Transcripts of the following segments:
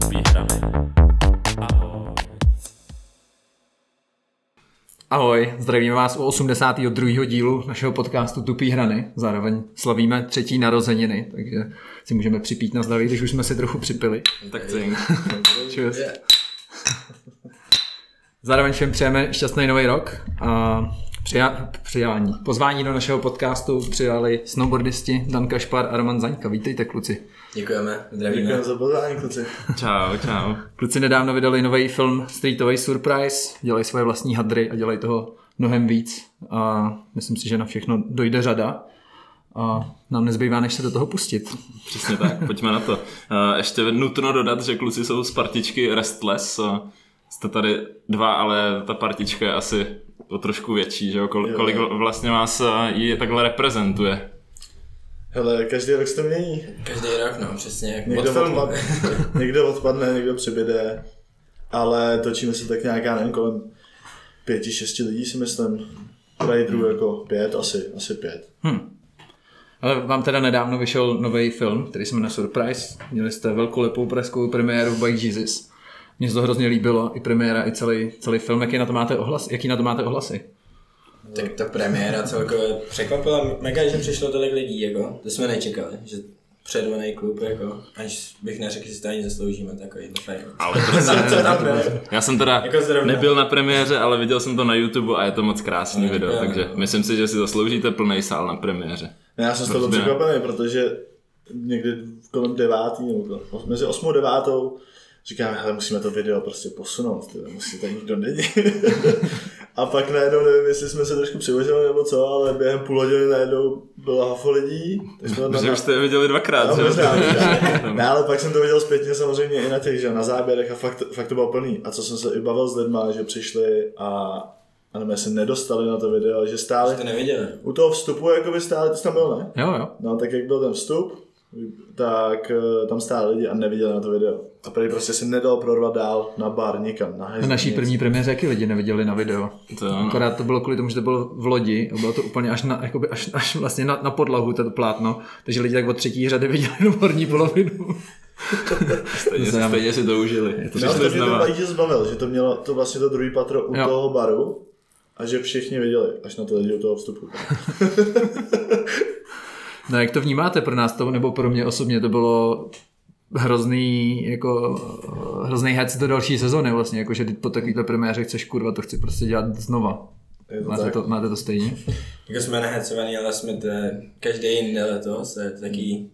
Tupý hrany. Ahoj. Ahoj, zdravíme vás u 82. dílu našeho podcastu Tupý hrany. Zároveň slavíme třetí narozeniny, takže si můžeme připít na zdraví, když už jsme si trochu připili. Tak cink. Čus. Zároveň všem přejeme šťastný nový rok a přija- přijání. Pozvání do našeho podcastu přijali snowboardisti Dan Kašpar a Roman Zaňka. Vítejte kluci. Děkujeme, zdravíme. Děkujeme za pozvání, kluci. Čau, čau. Kluci nedávno vydali nový film Streetový Surprise, dělají svoje vlastní hadry a dělají toho mnohem víc. A myslím si, že na všechno dojde řada. A nám nezbývá, než se do toho pustit. Přesně tak, pojďme na to. Eh, Ještě nutno dodat, že kluci jsou z partičky Restless. eh, Jste tady dva, ale ta partička je asi o trošku větší, že jo? Kol- Jo. Kolik vlastně vás eh, ji takhle reprezentuje? Hele, každý rok se to mění. Každý rok, no, přesně. Jak od Někdo, filmu. odpadne, někdo odpadne, někdo přibyde, ale točíme se tak nějak, já nevím, kolem pěti, šesti lidí si myslím. Raiderů jako pět, asi, asi pět. Ale vám teda nedávno vyšel nový film, který se jmenuje Surprise. Měli jste velkolepou pražskou premiéru v Bike Jesus. Mně se to hrozně líbilo, i premiéra, i celý, celý film. Jaký na to máte ohlas? Jaký na to máte ohlasy? Tak ta premiéra celkově překvapila. Mega, že přišlo tolik lidí, jako. To jsme nečekali, že předvaný klub, jako. Aniž bych neřekl, že si to ani zasloužíme takový fajn. Ale prostě, Co tam bylo? já jsem teda Jako zrovna. nebyl na premiéře, ale viděl jsem to na YouTube a je to moc krásný Ale video, děkujeme, takže no. myslím si, že si zasloužíte plný sál na premiéře. No, Já jsem z toho byl Proč by ne? překvapený, protože někdy kolem devátý, nebo kolem, os- mezi osmou a devátou, říkám, hele, musíme to video prostě posunout, tyhle, musí tady nikdo není. a pak najednou, nevím, jestli jsme se trošku přivožili nebo co, ale během půl hodiny najednou bylo hafo lidí. Tak jsme Že už jste je viděli dvakrát, No, že jo? možná, možná. Ne, ale pak jsem to viděl zpětně samozřejmě i na těch, že jo, na záběrech a fakt, fakt to bylo plný. A co jsem se i bavil s lidma, že přišli a, a nevím, se nedostali na to video, že stále To neviděli. u toho vstupu, jako by stále, ty jsi tam byl, ne? Jo, jo. No tak jak byl ten vstup, tak eh, tam stáli lidi a neviděli na to video. A prý prostě se nedal prorvat dál na bar, nikam, na Na hezdu, naší nic. první premiéře jaký lidi neviděli na video. To jo, no. Akorát to bylo kvůli tomu, že to bylo v lodi a bylo to úplně až, na, jakoby až, až vlastně na, na podlahu to plátno, takže lidi tak od třetí řady viděli jenom horní polovinu. Stejně, Znám. stejně si to užili. No, ale Přišli to mě ten znova. bajtě zbavil, že to mělo to vlastně to druhý patro u Jo. toho baru a že všichni viděli, až na to lidi u toho vstupu. No jak to vnímáte pro nás, to, nebo pro mě osobně, to bylo hrozný, jako eh, hrozný hec do další sezony vlastně, jako že teď po takovýhle premiéře chceš kurva, to chci prostě dělat znova. Je to Máte tak. to, máte to stejně? Jako jsme nahecovaný, ale jsme to každý jinde letos, to je taký...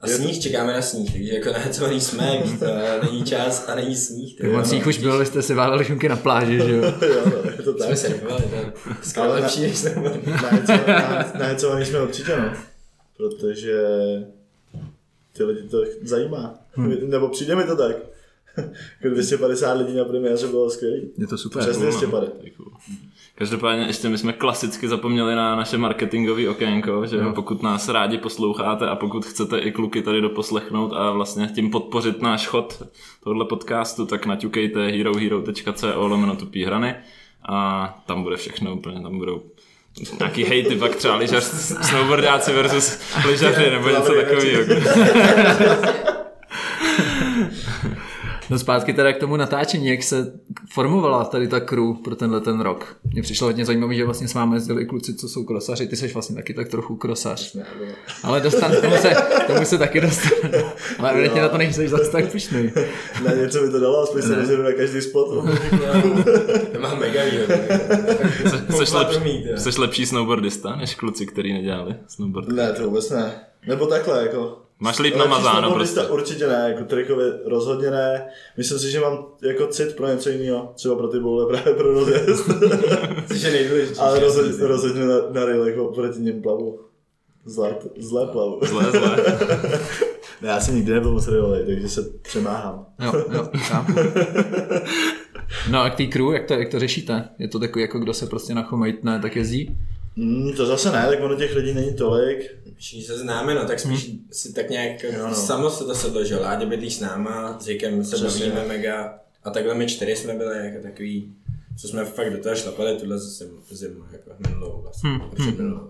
A sníh, čekáme na sníh, takže jako nahecovaný jsme, když to není čas a není sníh. tak jako- Jo, Moc jich už bylo, vy jste si váleli šunky na pláži, že jo? jo, no, je to tak. Jsme surfovali, to je skoro Ale- lepší, než jsme Naheco- na- Nahecovaný jsme určitě, no. Protože ty lidi to zajímá. Hmm. Nebo přijde mi to tak. Jako 250 lidí na premiéře bylo skvělý. Je to super. Přes 200 pade. To je cool. Každopádně ještě my jsme klasicky zapomněli na naše marketingové okénko, že jo. pokud nás rádi posloucháte a pokud chcete i kluky tady doposlechnout a vlastně tím podpořit náš chod tohle podcastu, tak naťukejte herohero.co lomeno tupý hrany a tam bude všechno úplně, tam budou nějaký hejty, pak třeba lyžař, snowboardáci versus lyžaři nebo něco Dobrý takového. No zpátky teda k tomu natáčení, jak se formovala tady ta crew pro tenhle ten rok. Mně přišlo hodně zajímavé, že vlastně s vámi jezdili i kluci, co jsou krosaři, ty jsi vlastně taky tak trochu krosař. Ale dostan, k tomu, se, k tomu se taky dostanu. Ale evidentně na to nejsi zase tak pišnej. Na něco mi to dalo, aspoň se rozjedu na každý spot. To má mega výhodu. Jseš Moc má to lepší, mít, jo. jseš lepší snowboardista než kluci, který nedělali snowboard. Ne, to vůbec ne. Nebo takhle, jako. Máš líp Ale namazáno číslo prostě. modista Určitě ne, jako trikově rozhodně ne. Myslím si, že mám jako cit pro něco jiného, třeba pro ty boule, právě pro rozjezd. Což je nejdůležitější. Ale rozhodně, rozhodně na, na rail, jako proti ním plavu. Zlé, zlé plavu. Zle, zle. Ne, já jsem nikdy nebyl moc rivali, takže se přemáhám. Jo, jo, chápu. No a k té crew, jak to, jak to řešíte? Je to takový, jako kdo se prostě nachomejtne, tak jezdí? Mm, to zase ne, tak ono těch lidí není tolik. Všichni se známe, no, tak spíš Hmm. si tak nějak Jo, no. samo se to sedlo, Ládě bydlí s náma, s Jikem se Přesně. bavíme mega. A takhle my čtyři jsme byli jako takový, co jsme fakt do toho šlapali, tuhle zase zimu, jako minulou vlastně. Hmm.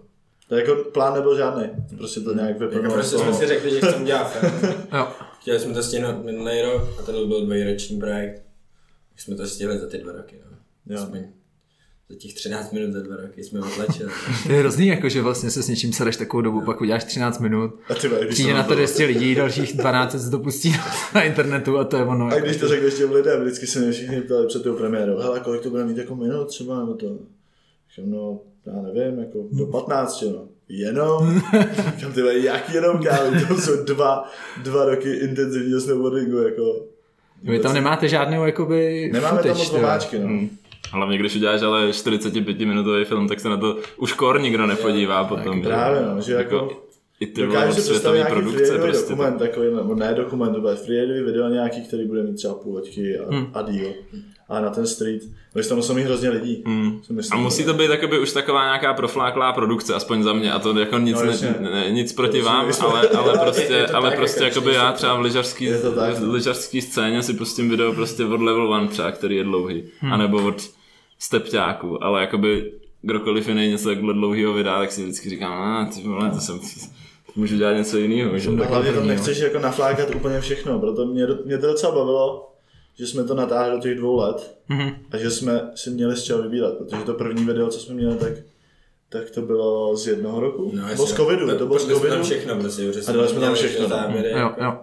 To jako plán nebyl žádný, prostě to nějak vypadlo. Jako prostě jsme si řekli, že chceme dělat film. Jo. Chtěli jsme to stihnout minulý rok a to byl dvojroční projekt. Tak jsme to stihli za ty dva roky. No. Jo. Aspoň za těch 13 minut za dva roky jsme otlačili. To je hrozný, jako, že vlastně se s něčím sereš takovou dobu, pak uděláš 13 minut, A ty vole, když přijde Jako to na to bylo- 200 lidí, dalších 12 se to pustí na internetu a to je ono. jako. A když to řekneš těm lidem, vždycky se mě všichni ptali před tou premiérou, hele, kolik to bude mít jako minut třeba, nebo to, říkám, no, já nevím, jako do 15, no. Jenom? Říkám, ty vole, jak jenom, kámo, to jsou dva, dva roky intenzivního snowboardingu, jako. Vy tam nemáte žádnou jakoby Nemáme tam footage, moc ty vole. nováčky, no. Hmm. Hlavně když uděláš ale 45 minutový film, tak se na to už kor nikdo nepodívá potom. že? právě, no, že jako- i ty vole Dokážu si představit světové nějaký produkce freeridový prostě. dokument, takový, nebo ne dokument, to bude freeridový video nějaký, který bude mít třeba půl hoďky a, Hmm. a díl. A na ten street, no, tam musí mít hrozně lidí. si Hmm. A myslím. musí to být jakoby už taková nějaká profláklá produkce, aspoň za mě, a to jako nic, No, no, jasně. ne, ne, nic proti To vám, musíme ale, ale vysvětlit. prostě, Je- je to ale tak, prostě jako jakoby když já jsou- třeba v lyžařský, Je to tak, v no. lyžařský scéně si pustím video prostě od Level One třeba, který je dlouhý, anebo od Stepťáku, ale jakoby kdokoliv jiný něco takhle dlouhýho vydá, tak si vždycky říkám, a ty vole, to jsem, můžu dělat něco jiného, že? A No, hlavně tam nechceš no. jako naflákat úplně všechno, proto mě, do- mě to docela bavilo, že jsme to natáhli do těch dvou let Mhm. a že jsme si měli z čeho vybírat, protože to první video, co jsme měli, tak, tak to bylo z jednoho roku. No, bylo z covidu, to bylo z Protože jsme covidu. tam všechno, prostě, protože jsme dali jsme tam měli všechno, no. záběry, Hmm. Jo, jako- jo.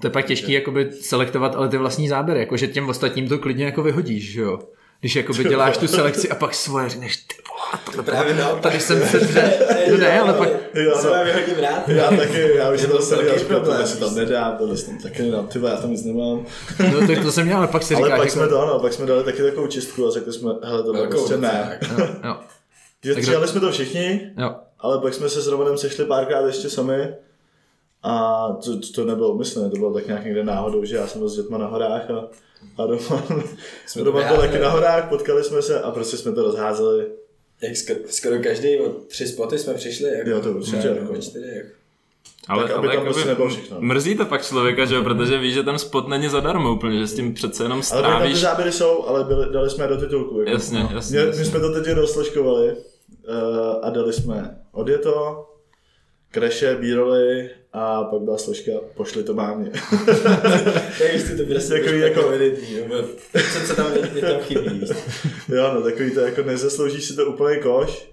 To je pak těžký jakoby selektovat ale ty vlastní záběry, jakože těm ostatním to klidně jako vyhodíš, že jo. Když jakoby děláš tu selekci a pak svoje řekneš, ty vole, tohle to- Právě naopak. tady jsem se dře... No ne, ale pak... Jo, Se no. vám vyhodím rád. Já taky, já už Je jsem to tam velký seděl, říkal, problém. prostě." tohle se tam nedá, tohle se tam taky nedá, ty vole, já tam nic nemám. No to, to jsem měl, ale pak si Ale říkáš... pak jako- jsme to, ano, pak jsme dali taky takovou čistku a řekli jsme, hele, tohle Velkou prostě docela, ne. jako. Jo, jo, Že Takže- Dělali jsme to všichni, jo. ale pak jsme se s Romanem sešli párkrát ještě sami a to, to nebylo umyslné, to bylo tak nějak někde náhodou, že já jsem byl s dětma na horách a, a Roman, Jsme to Roman byl taky vyházeli. na horách, potkali jsme se a prostě jsme to rozházeli. Jak skoro, skoro každý o tři spoty jsme přišli. Jako, Jo, to určitě, Nebo jako. o čtyři, jako. Ale, Tak, aby tam jakoby prostě nebylo všechno. Mrzí to pak člověka, že jo, protože ví, že ten spot není zadarmo úplně, že s tím přece jenom Ale pak tam ty strávíš. záběry jsou, ale byli, dali jsme je do titulku. Jako. Jasně, jasně. Mě, jasně. my jsme to teď rozsložkovali uh, a dali jsme odjeto, kreše, bíroly a pak byla složka pošli to mámě. Tak jistě to prostě Takový trošku jako- komeditní, nebo co, co tam, je, tam chybí. víš. jo, no takový to jako nezasloužíš si to úplně koš,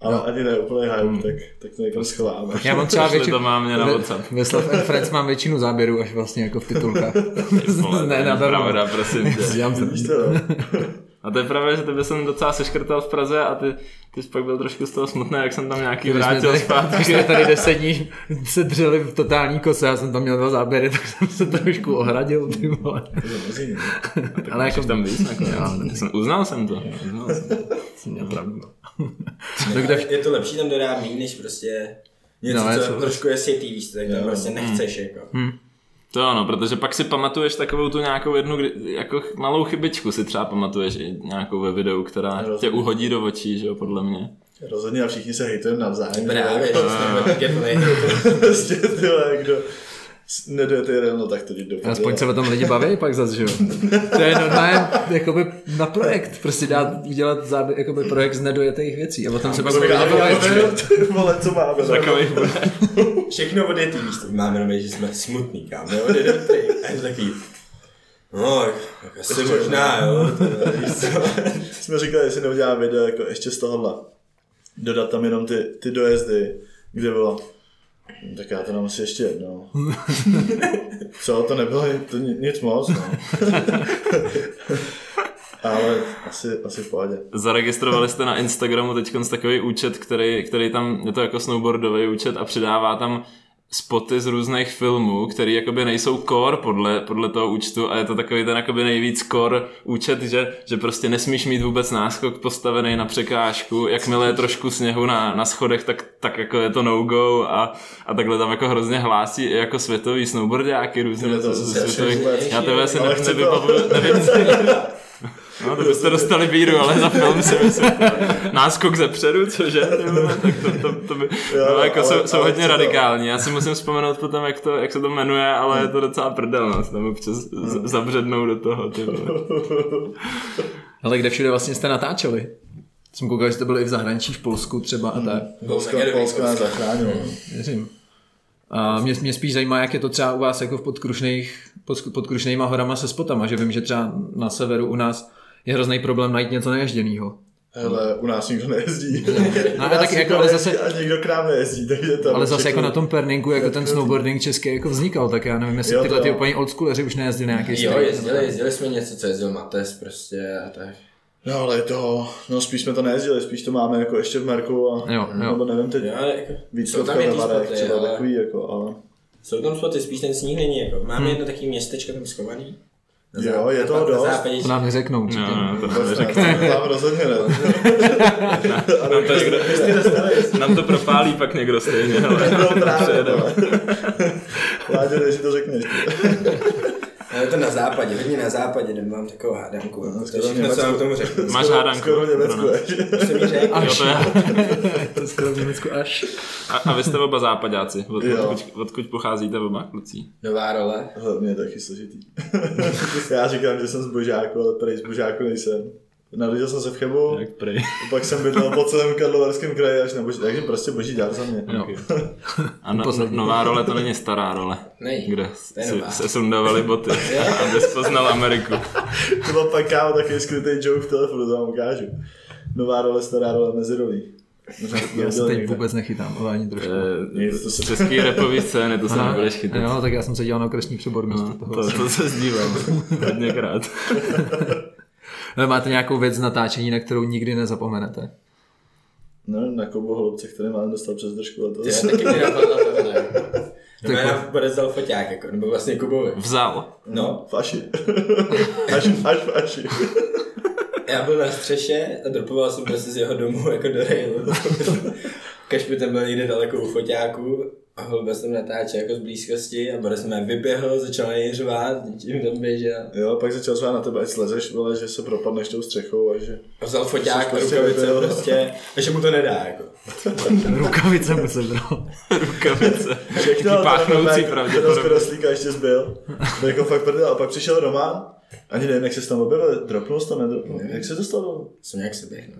ale ani ne úplně hype, tak, tak to někam schováme. Já mám třeba Pošli většinu... to mámě na ve- WhatsApp. Ve Slav and Friends mám většinu záběrů až vlastně jako v titulkách. Vole, to ne, je na Pravda, prosím tě. Dělám to. Víš to, no? A to je pravda, že tebe jsem docela seškrtal v Praze a ty, ty jsi pak byl trošku z toho smutný, jak jsem tam nějaký Když jsme, vrátil tady, když zpátky. jsme tady deset dní se dřeli v totální kose, já jsem tam měl dva záběry, tak jsem se trošku ohradil, ty vole. Mrzí mě. Ale Jako jako tam víc nakonec. Jsem- Uznal jsem to. Uznal jsem to. jsem měl pravdu. No kde, Je to lepší tam dodat míň, než prostě něco, No, no, je co to- trošku je světý, víš, co, tak tam prostě Mm. nechceš, jako. To ano, protože pak si pamatuješ takovou tu nějakou jednu, kdy- jako ch- malou chybičku si třeba pamatuješ i nějakou ve videu, která tě Rozumím. uhodí do očí, že jo, podle mě. Rozhodně a všichni se hejtujeme navzájem. Právě, že jsme byli také plný. Prostě ty vole, kdo s- nedojete jeden, no tak to jdi do prdele. aspoň se o tom lidi baví pak zase, že jo. To je normálně jakoby na projekt, prostě dát, udělat záběr, jakoby projekt z nedojetých věcí a o tom se pak Kámo, lidi já baví. nevím, ty vole, co máme. no. Takových bude. Všechno odjetý, víš, co, máme na že jsme smutný, kámo, jo, odjedem tady. A je to takový, no, tak asi možná, jo, to, víš co. Jsme říkali, jestli neuděláme video jako ještě z tohohle. Dodat tam jenom ty, ty dojezdy, kde bylo. "Hm, Tak já to dám asi ještě jednou. Co, to nebylo ni- to ni- nic moc, no. Ale asi, asi v pohodě. Zaregistrovali jste na Instagramu teď takový účet, který, který tam, je to jako snowboardový účet a přidává tam spoty z různých filmů, který jakoby nejsou core podle, podle toho účtu a je to takový ten jakoby nejvíc core účet, že, že prostě nesmíš mít vůbec náskok postavený na překážku, jakmile je trošku sněhu na, na schodech, tak, tak jako je to no go a, a takhle tam jako hrozně hlásí i jako světový snowboardáky různě. Tohle to z- z- zase světových- vůbec. Já tebe asi Ale ne, chci to. nevybavuju, nevím, No, to byste dostali bíru, ale za film si myslím. Náskok ze předu, cože? Ty vole, Tak to, to, to by... Jo, No, jako ale- jsou, jsou ale hodně co to? radikální. Já si musím vzpomenout potom, jak, to, jak se to jmenuje, ale je to Hmm. docela prdel, no, se tam občas z- zabřednou do toho, ty vole. Ale kde všude vlastně jste natáčeli? Jsem koukal, že to bylo i v zahraničí, v Polsku třeba a tak. Polsko, Polsko nás zachránilo. Hmm. no. Věřím. A mě, mě spíš zajímá, jak je to třeba u vás jako v podkrušných, pod, podkrušnýma horama se spotama, že vím, že třeba na severu u nás je hrozný problém najít něco neježděného. Hele, u nás nikdo nejezdí. U No, ale nás taky jako, nikdo ale nejezdí zase- A nikdo k nám nejezdí, takže to... Ale zase všechno- jako na tom perninku, jako ten snowboarding český jako vznikal, tak já nevím, jestli Jo, to tyhle ty jo. úplně oldschooleři už nejezdí na nějaký Jo, street. jezdili, jezdili jsme něco, co jezdil Mates prostě a tak. No ale to, no spíš jsme to nejezdili, spíš to máme jako ještě v Merku a... Jo, jo. Nebo nevím teď, Jo, ale jako, víc jsou tam jedný na Marek, spoty, třeba ale- takový jako, ale... Jsou tam spoty, spíš ten sníh není jako. Máme jedno takový městečko tam schovaný. Na Hmm. Jo, je na- toho na dost. západě. To nám neřeknou. určitě. No, no, to Vůbec ne, to Tam rozhodně ne. Nám to, někdo, nám to propálí pak někdo stejně, ale No právě, Přejedeme. no. Vládě, když to řekneš. Ale No, je to na západě, hodně na západě, nebo mám takovou hádanku. jako, to skoro je všechno, Německo. co vám k tomu řeknu. Máš Skoro- hádanku? Skoro Německu, Ano. až. To jsem jí řekl. jo, to je, To skoro v Německu až. a, a vy jste oba západáci, od, Jo. odkud, odkud pocházíte oba kluci? Nová role. Hlavně je taky složitý. Já říkám, že jsem z Božáku, ale prej z Božáku nejsem. Narodil jsem se v Chebu, Jak prej? pak jsem bydlel po celém Karlovarském kraji až na Boží, takže prostě Boží dár za mě. Jo. A no, Poslední. nová role to není stará role, Nej. kde To je si, nová. se sundávali boty, aby poznal Ameriku. To byl pak kámo takový skrytý joke v telefonu, to vám ukážu. Nová role, stará role, mezirolí. Možná to Já se udělal teď někde. vůbec nechytám, ale ani trošku. Eh, to se- Z český repový scény, to se Aha, nebudeš chytat. Jo, tak já jsem se dělal na okresní přebor místo No, toho. to, to se zdívám hodněkrát. Ale máte nějakou věc z natáčení, na kterou nikdy nezapomenete? No, na Kubu Holubce, který mám dostal přes držku, ale to Ty, zase- taky mi napadla tohle. Tak- Nebo já nám podezal foťák, jako, nebo vlastně Kubovi. Vzal. No, Faši. Až, až faši. já byl na střeše a dropoval jsem prostě z jeho domu jako do railu. Kašpi tam byl někde daleko u foťáku a holuba jsem natáčel jako z blízkosti a Boris mě vyběhl, začal na něj řvát, tím tam běžel. Jo, pak začal zvát na tebe, ať slezeš, vole, že se propadneš tou střechou a že... A vzal foťák, Což prostě rukavice nebyl. prostě, a že mu to nedá, jako. Rukavice mu sebral. Rukavice. Jaký No, to normálně páchnoucí jako ten pravděpodobně. Rostrostlík a ještě zbyl. To jako fakt prdel. A pak přišel Roman, ani nevím, jak se tam objevil, dropnul jsi to, nedropnul. Jak se dostal dolů? Jsem nějak no. se běhnul.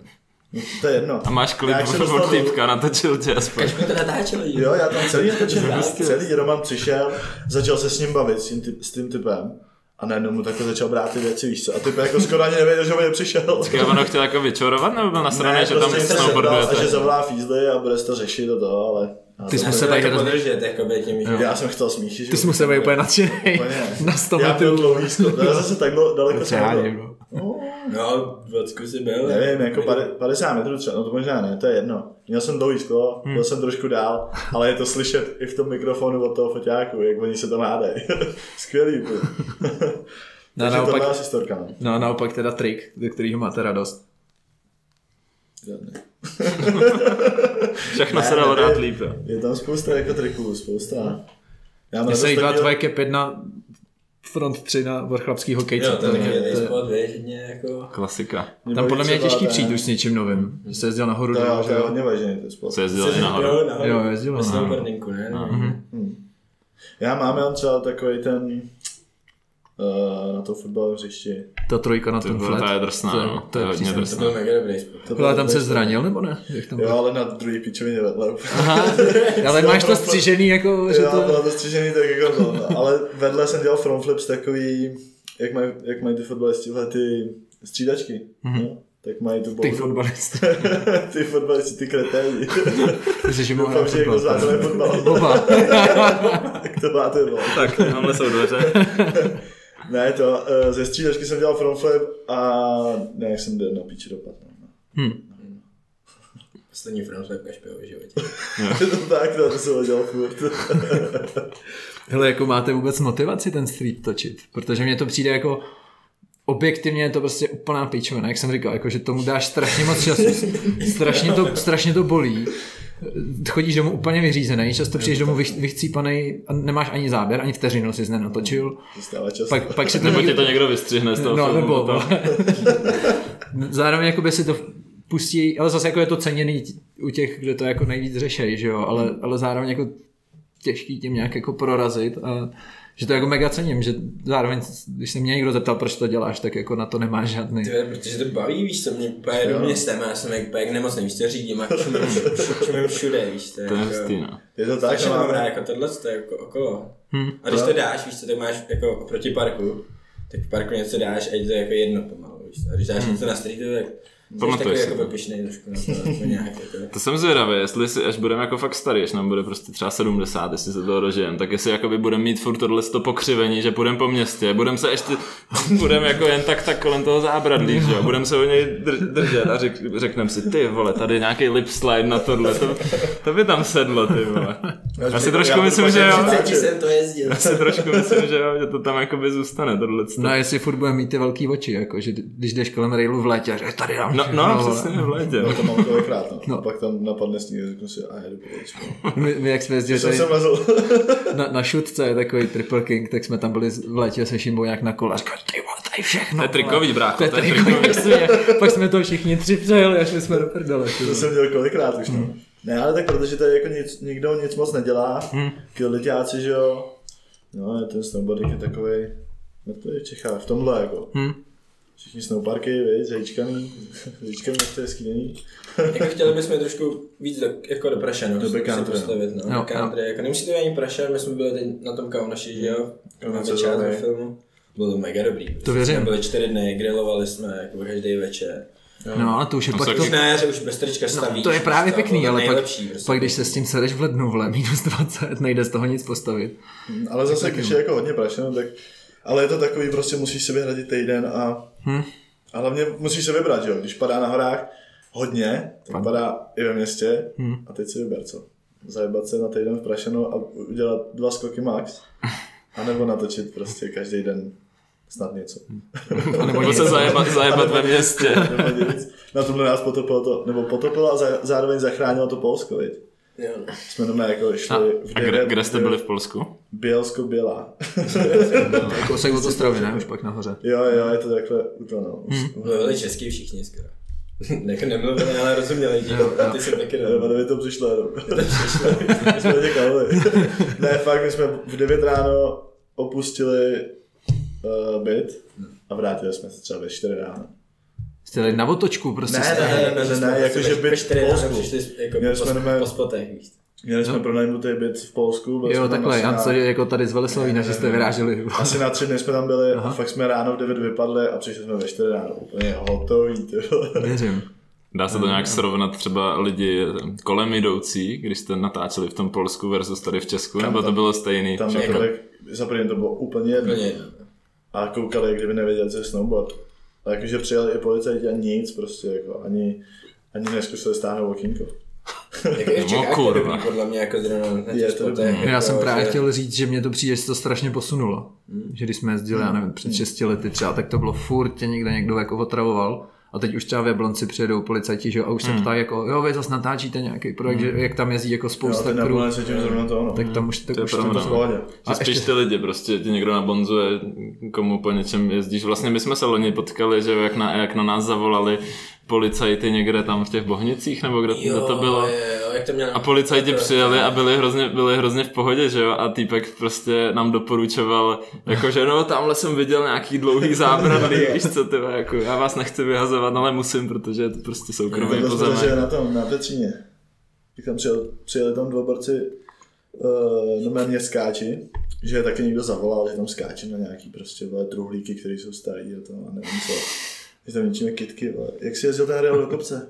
To je jedno. A máš klip Jak se dostal od dolů? týpka, natočil tě aspoň. Kašpi Jako to natáčel, jo. Jo, já tam celý Prostě- natočil, celý Roman přišel, začal se s ním bavit, s tím, typ, s tím typem. A najednou mu takhle začal brát ty věci, víš co. A typ jako skoro ani nevěděl, že on je přišel. Já ono chtěl jako vyčorovat, nebo byl nasraný, že tam se sebral prostě a že snowboardujete? zavolá fízly a bude se to řešit a to, ale... ale Ty to- jsi mu Se sebral to hrozně. podržet, jako by těmi Já jsem chtěl smíšit. Ty jsi mu sebral úplně nadšenej. Úplně. Na 100 Já byl metrů. No, dlouhý skok, ale zase tak dlo- daleko jsem Přeháním, nebyl. no. No, v Lacku si byl. Nevím, jako pade- 50 metrů třeba, no to možná ne, to je jedno. Měl jsem dlouhý sklo, Hmm. byl jsem trošku dál, ale je to slyšet i v tom mikrofonu od toho foťáku, jak oni se tam hádají. Skvělý byl. No, Takže to naopak- byla asi storka, no. No a naopak teda trik, ze kterého máte radost. Žádný. Všechno se Ne, dalo ne, dát ne. líp, jo. Je tam spousta jako triků, spousta. Já mám Mně radost se líbila taky- tvoje cap 1 front 3 na vrchlapský hokejce. Jo, ten To taky je- je to je- spod, víš, hodně jako... Klasika. Tam podle mě je třeba těžký ten- přijít už s něčím novým. Že jste jezdil nahoru To dolů, jo, že to je jo? hodně vážený, to je spousta. Co jezdil i nahoru. Jo, nahoru. Jo, jezdil Ve nahoru. snowboardingu, ne? Mhm. Já mám jen třeba takový ten eh, na to fotbalovém hřišti. Ta trojka na To tom byla flat. ta je drsná, To je- no. to To je je hodně přísný. To drsná. byl mega dobrý spot. To Ale tam se bylo- zranil, nebo ne? Jak tam Jo, bylo? ale na druhý pičovině vedle. Aha, ale máš to střižený jako, že jo, to... bylo to střižený tak jako to, no. ale vedle jsem dělal frontflips takový, jak mají, jak mají ty fotbalisti tyhle ty střídačky, mm-hmm. no? tak mají tu Mhm. Ty bouru. fotbalist. ty fotbalisti, ty kreténi. Ty jsi že mohl Doufám, hrát že jako fotbal. zvládne fotbal, Oba. tak to máte, no. Tak, tamhle jsou dveře. Ne, to, eh, ze střídačky jsem dělal frontflip a ne, jak jsem jde na píči dopad. No. Poslední film jsem kašpil v životě. tak, no, to jsem ho dělal furt. Hele, jako máte vůbec motivaci ten street točit? Protože mně to přijde jako objektivně je to prostě úplná pičovina, jak jsem říkal, jako, že tomu dáš strašně moc času, strašně to, strašně to bolí, chodíš domů úplně vyřízený, často přijdeš domů vych, vychcípanej a nemáš ani záběr, ani vteřinu si nenatočil, Zůstává čas. pak, pak si to Nebo ti někdo- to někdo vystřihne z toho No, filmu. nebo. potom. Zároveň jakoby si to pustí, ale zase jako je to ceněný t- u těch, kde to jako nejvíc řešejí, že jo, ale, ale zároveň jako těžký tím nějak jako prorazit a že že to jako mega cením, že zároveň, když se mě někdo zeptal, proč to děláš, tak jako na to nemá žádný. Ty, vole, protože to baví, víš co, mě úplně jedu Jo. městem a já jsem jak, úplně jak nemocný, víš co, řídím a čumím, čumím všude, víš co. To je jako- hustý, no. Je to tak, Takže že mám máme rád jako tohle, to je jako okolo. Hm. A když to Ale- dáš, víš co, tak máš jako oproti parku, tak v parku něco dáš a je to jako jedno pomalu, víš co. A když dáš něco na streetu, tak jsi Hm. Pamatuješ takový si jako to. popišnej trošku na to, jako nějak jako. To jsem zvědavý, jestli si, až budeme jako fakt starý, až nám bude prostě třeba 70, jestli se toho dožijeme, tak jestli jakoby budeme mít furt tohle to pokřivení, že půjdeme po městě, budeme se ještě, budeme jako jen tak tak kolem toho zábradlí, že jo, budeme se o něj dr- držet a řek, řekneme si, ty vole, tady nějaký lip slide na tohle, to, to by tam sedlo, ty vole. Já si trošku budu myslím, pak že jo. jen Já 30 jsem to jezdil. si trošku myslím, že jo, že to tam jakoby zůstane, tohle. No a jestli furt budeme mít ty velký oči, jako, že když jdeš kolem railu v létě, a že "Eh, tady dám No, všechno, no, vole." přesně v létě. No to mám kolikrát, no. No. no. Pak tam napadne sníh a řeknu si, a jedu pryč. no. My, my, jak jsme jezdili Jsem tady jsem lezl. na, na šutce, je takový Triple King, tak jsme tam byli v létě se Šimbou nějak na kole a říkali, ty vole, tady všechno. To je vole." trikový, brácho, To je to je trikový, přesně. Pak jsme to všichni tři přejeli a šli jsme do prdele. ty To vole. jsem měl kolikrát už. No. Ne, ale tak protože tady jako nic, nikdo nic moc nedělá. Hmm. Kyliťáci, že jo. No, je ten snowboarding je takový mrtvý v Čechách, v tomhle jako. Hm. Všichni snowparky, víš, zajíčkaný, zajíčkaný, jak to je skýdený. jako chtěli bychom trošku víc do, jako do Prašanu Do se backcountry, no. postavit, no, Jo, no, country, jako nemusí to být ani Prašan, my jsme byli teď na tom Kaunaši, že jo, Jo, na co večer dělali? na filmu, bylo to mega dobrý, to věřím. jsme byli čtyři dny, grilovali jsme jako každý večer, No, ale to už je No, pak tak to... Už na jaře už bez trička stavíš, No, To je právě prostě, pěkný, bylo to ale pak, nejlepší, prostě. pak když se s tím sedeš v lednu, vle, minus 20, nejde z toho nic postavit. Hm, Ale zase, když je jako hodně prašeno, tak... Ale je to takový, prostě musíš si vyhradit týden a... Hm. A hlavně musíš se vybrat, že jo. Když padá na horách hodně, tak padá i ve městě. Hm. A teď si vyber, co? Zajebat se na týden v prašeno a udělat dva skoky max. A nebo natočit prostě každý den snad něco. Nebo se zajebat, zajebat ve městě. Nebo nic. Na tomhle nás potopilo to, nebo potopilo a za, zároveň zachránilo to Polsko, viď? Jo, no. Jsme doma jako šli... A, v a kde, devět- kde jste byli v Polsku? Bělsko Bělá. No, Kousek od Ostravy, ne? Už pak nahoře. Jo, jo, je to takhle u to, no. Hm. Mluvili česky všichni skoro. Jako nemluvili, ale rozuměli ti. A ty jsem taky Nebo nedal. mi to přišlo jenom. My jsme tě kalili. ne, fakt, my jsme v 9 ráno opustili uh, byt a vrátili jsme se třeba ve 4 ráno. Jste jeli na otočku prostě. Ne, jste- ne, ne, ne, ne, ne jakože byt v Polsku. přišli jako Měli po, jsme doma- po spotech, víš. Měli jsme pronajmutý byt v Polsku. byli Jo, jsme tam takhle, asi na- Jan se jako tady z Veleslavína, že jste vyráželi. Asi na tři dny jsme tam byli, a fakt jsme ráno v 9 vypadli a přišli jsme ve 4 ráno. Úplně hotový, ty vole. Věřím. Dá se to nějak srovnat třeba lidi eh, kolem jdoucí, když jste natáčeli v tom Polsku versus tady v Česku, nebo to bylo stejný? Tam Všechno? jako tak, za první to bylo úplně jedno. Úplně jedno. A koukali, jak kdyby nevěděli, co je snowboard. A jakože přijali i policajti a nic prostě, jako ani, ani neskusili stáhnout okýnko. Jako i v No, Čechách to je kurva. dobrý, podle mě jako zrovna na těch Je to spotech. dobrý. Já jako, jsem právě že- chtěl říct, že mě to přijde, že se to strašně posunulo. Že když jsme jezdili, já nevím, před 6 lety třeba, tak to bylo furt, tě někde někdo jako otravoval. A teď už třeba v Jablonci přijedou policajti, že jo, a už se ptají jako, jo, vy zase natáčíte nějaký projekt, že jak tam jezdí jako Jo, spousta ten na krů, půlnoci tím zrovna to ono. tak no. tam už, tak je už to pravda. to v pohodě. Že A spíš ještě- ty lidi prostě, ti někdo nabonzuje, komu po něčem jezdíš. Vlastně my jsme se loni potkali, že jo, jak na, jak na nás zavolali policajty někde tam v těch Bohnicích, nebo kde, kde Jo, to bylo. jo, jo, jak to vlastně- měl A policajti přijeli a byli hrozně, byli hrozně v pohodě, že jo? A týpek prostě nám doporučoval, jako že no, tamhle jsem viděl nějaký dlouhý zábradlí, víš co, ty vole, jako já vás nechci vyhazovat, ale musím, protože je to prostě To soukromý bylo jsme pozemek. že na tom, na Petříně. Tak tam přijel, přijeli tam dva borci uh, normálně skáči, že je taky někdo zavolal, že tam skáče na nějaký prostě vole, truhlíky, které jsou starý a to a nevím co. Že tam ničíme kitky, vole. Jak si jezdil ten rail do kopce?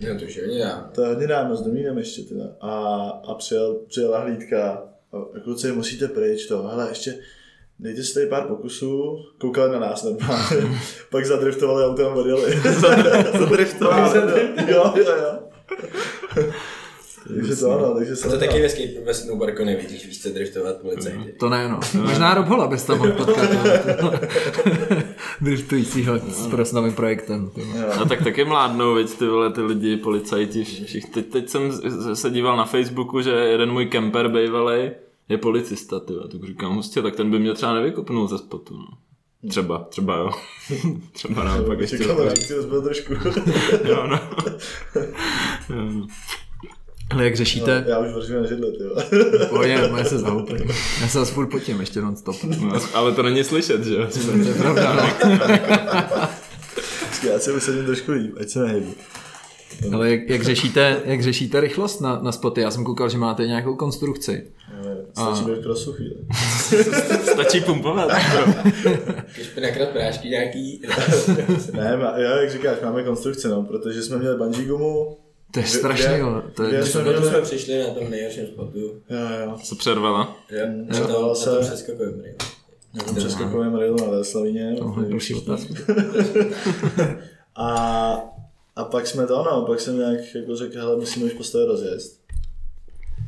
Jo, to už je hodně dávno. To je hodně dávno, s Domínem ještě teda. A, a přijel, přijela hlídka. A jako kluci, musíte pryč to. Hele, ještě dejte si tady pár pokusů. Koukali na nás normálně. Pak zadriftovali autem a odjeli. zadriftovali? jo, jo, jo. takže to ano, takže A to se taky ve, skate, ve snowboardu nevidíš, víš, co driftovat Mhm. policajty. To ne, no. Možná Rob Hola bys tam mohl potkat. no. Driftujícího s prostě novým projektem. ty vole. A No, tak taky mládnou, veď ty vole, ty lidi, policajti, všich. Teď, teď jsem z- z- se díval na Facebooku, že jeden můj kemper bejvalej je policista, ty vole. Tak říkám, hustě, tak ten by mě třeba nevykopnul ze spotu, no. Třeba, třeba jo. třeba naopak ještě. Čekal, že chci rozbil trošku. Jo, no. Jo, no. Ale jak řešíte? Já už vržu na židle, ty vole. Pohodě, moje se zahoupím. Já se zase furt potím ještě non-stop. No, ale to není slyšet, že jo? To je pravda, no. Počkej, Já se usadím trošku líp, ať se nehybu. Ale jak, jak, řešíte, jak řešíte rychlost na, na spoty? Já jsem koukal, že máte nějakou konstrukci. Ale Stačí být v krosu chvíli. Stačí pumpovat. Když by nakrát prášky nějaký, Ne, má- já jak říkáš, máme konstrukce, no, protože jsme měli bungee gumu. To je Dvě- strašný, dvě- jo. To dvě je, jsme proto jsme měli, přišli na tom nejhorším spotu. jo, jo, Se přervala. Jo, jo, na tom, na se- tom přeskokovém rejlu. na tom přeskokovém railu na Veslavíně. tohle je další otázka. A, a pak jsme to, no, pak jsem nějak jako řekl, hele, musíme už postavit rozjezd.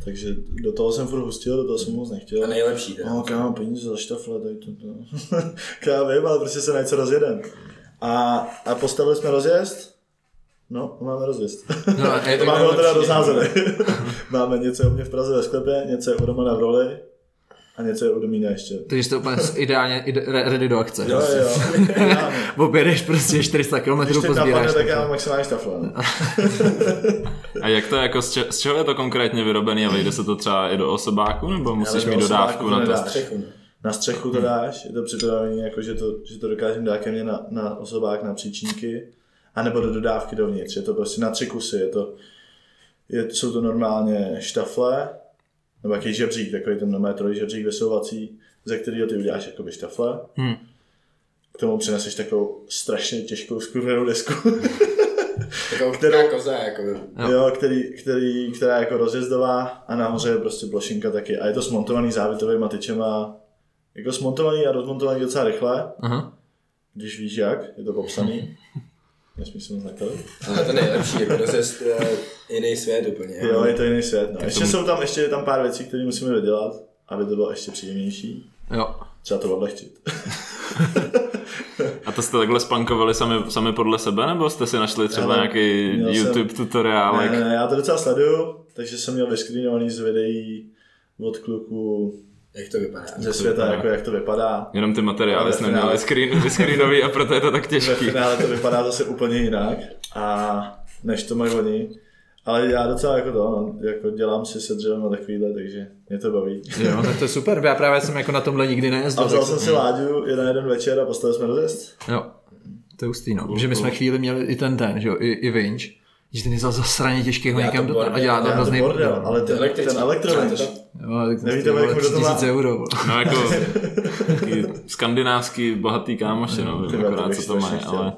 Takže do toho jsem furt hustil, do toho jsem moc nechtěl. A nejlepší, teda. No, kámo, peníze za štafle, tady to, to. kámo, vím, ale prostě se na něco rozjedem. A, a postavili jsme rozjezd? No, máme rozjezd. No, a je, To máme ho teda nejlepší, rozházené. máme něco je u mě v Praze ve sklepě, něco je u Romana v roli a něco je u Domína ještě. takže jste úplně ideálně ide, re- ready do akce. Jo, jo, jo. Objedeš prostě 400 km, Když teď napadne, pozbíráš. tak já mám maximální štafle. no. A jak to jako, z, če- z čeho je to konkrétně vyrobený a vejde se to třeba i do osobáku, nebo musíš do mít dodávku osobáku na to to? nedá. Střechu, no. Na střechu to dáš, je to připravený, jako že to, že to dokážeme dát ke mně na, na osobák, na příčinky, anebo do dodávky dovnitř. Je to prostě na tři kusy, je to, je, jsou to normálně štafle, nebo jaký žebřík, takový ten normální trojžebřík vesouvací, ze kterého ty uděláš jakoby štafle. Hmm. K tomu přineseš takovou strašně těžkou skurvenou desku. Takovou která koza, jako jakoby. Jo. Jo. jo který, který, která je jako rozjezdová a nahoře je prostě plošinka taky. A je to smontovaný závitovými tyčema. Jako smontovaný a rozmontovaný docela rychle, Aha. když víš jak, je to popsaný. Nesmíš se moc nakladit. Ale to nejlepší, jako rozjezd eh, jiný svět úplně. Jo, je to jiný svět. No. Ještě jsou tam, ještě je tam pár věcí, které musíme dodělat, aby to bylo ještě příjemnější. Jo. Třeba to odlehčit. A to jste takhle spankovali sami, sami podle sebe, nebo jste si našli třeba Hele, nějaký měl jsem- YouTube tutoriálek? Ne, ne, já to docela sleduju, takže jsem měl vyskrýnovaný z videí od kluku Jak to vypadá? ze světa, jako jak to vypadá. Jenom ty materiály Ale jste ve finále- neměli screen, screenový a proto je to tak Ve těžký. finále to vypadá zase úplně jinak, a než to mají oni. Ale já docela jako to, no, jako dělám si se dřevem a takovýhle, takže mě to baví. Jo, tak to je super, já právě jsem jako na tomhle nikdy A nejezdil. vzal tak- jsem si Láďu i na jeden večer a postavili jsme rozjezd. Jo, to je hustý, no. Že my jsme chvíli měli i ten ten, že jo, i, i Vinč. Že ten je za straně těžkého Já někam to do tam a bordel, dělá Já tam hrozný to bordel, ale To je ten, elektrický. ten elektrovinč. Já to- Jo, tak to Nevíte, stojí, jak vole, kdo to má. 3000 euro. vole. No jako taky skandinávský bohatý kámoši, no, Ty vím vole, to akorát, bych co to mají, strašně chtěl. ale,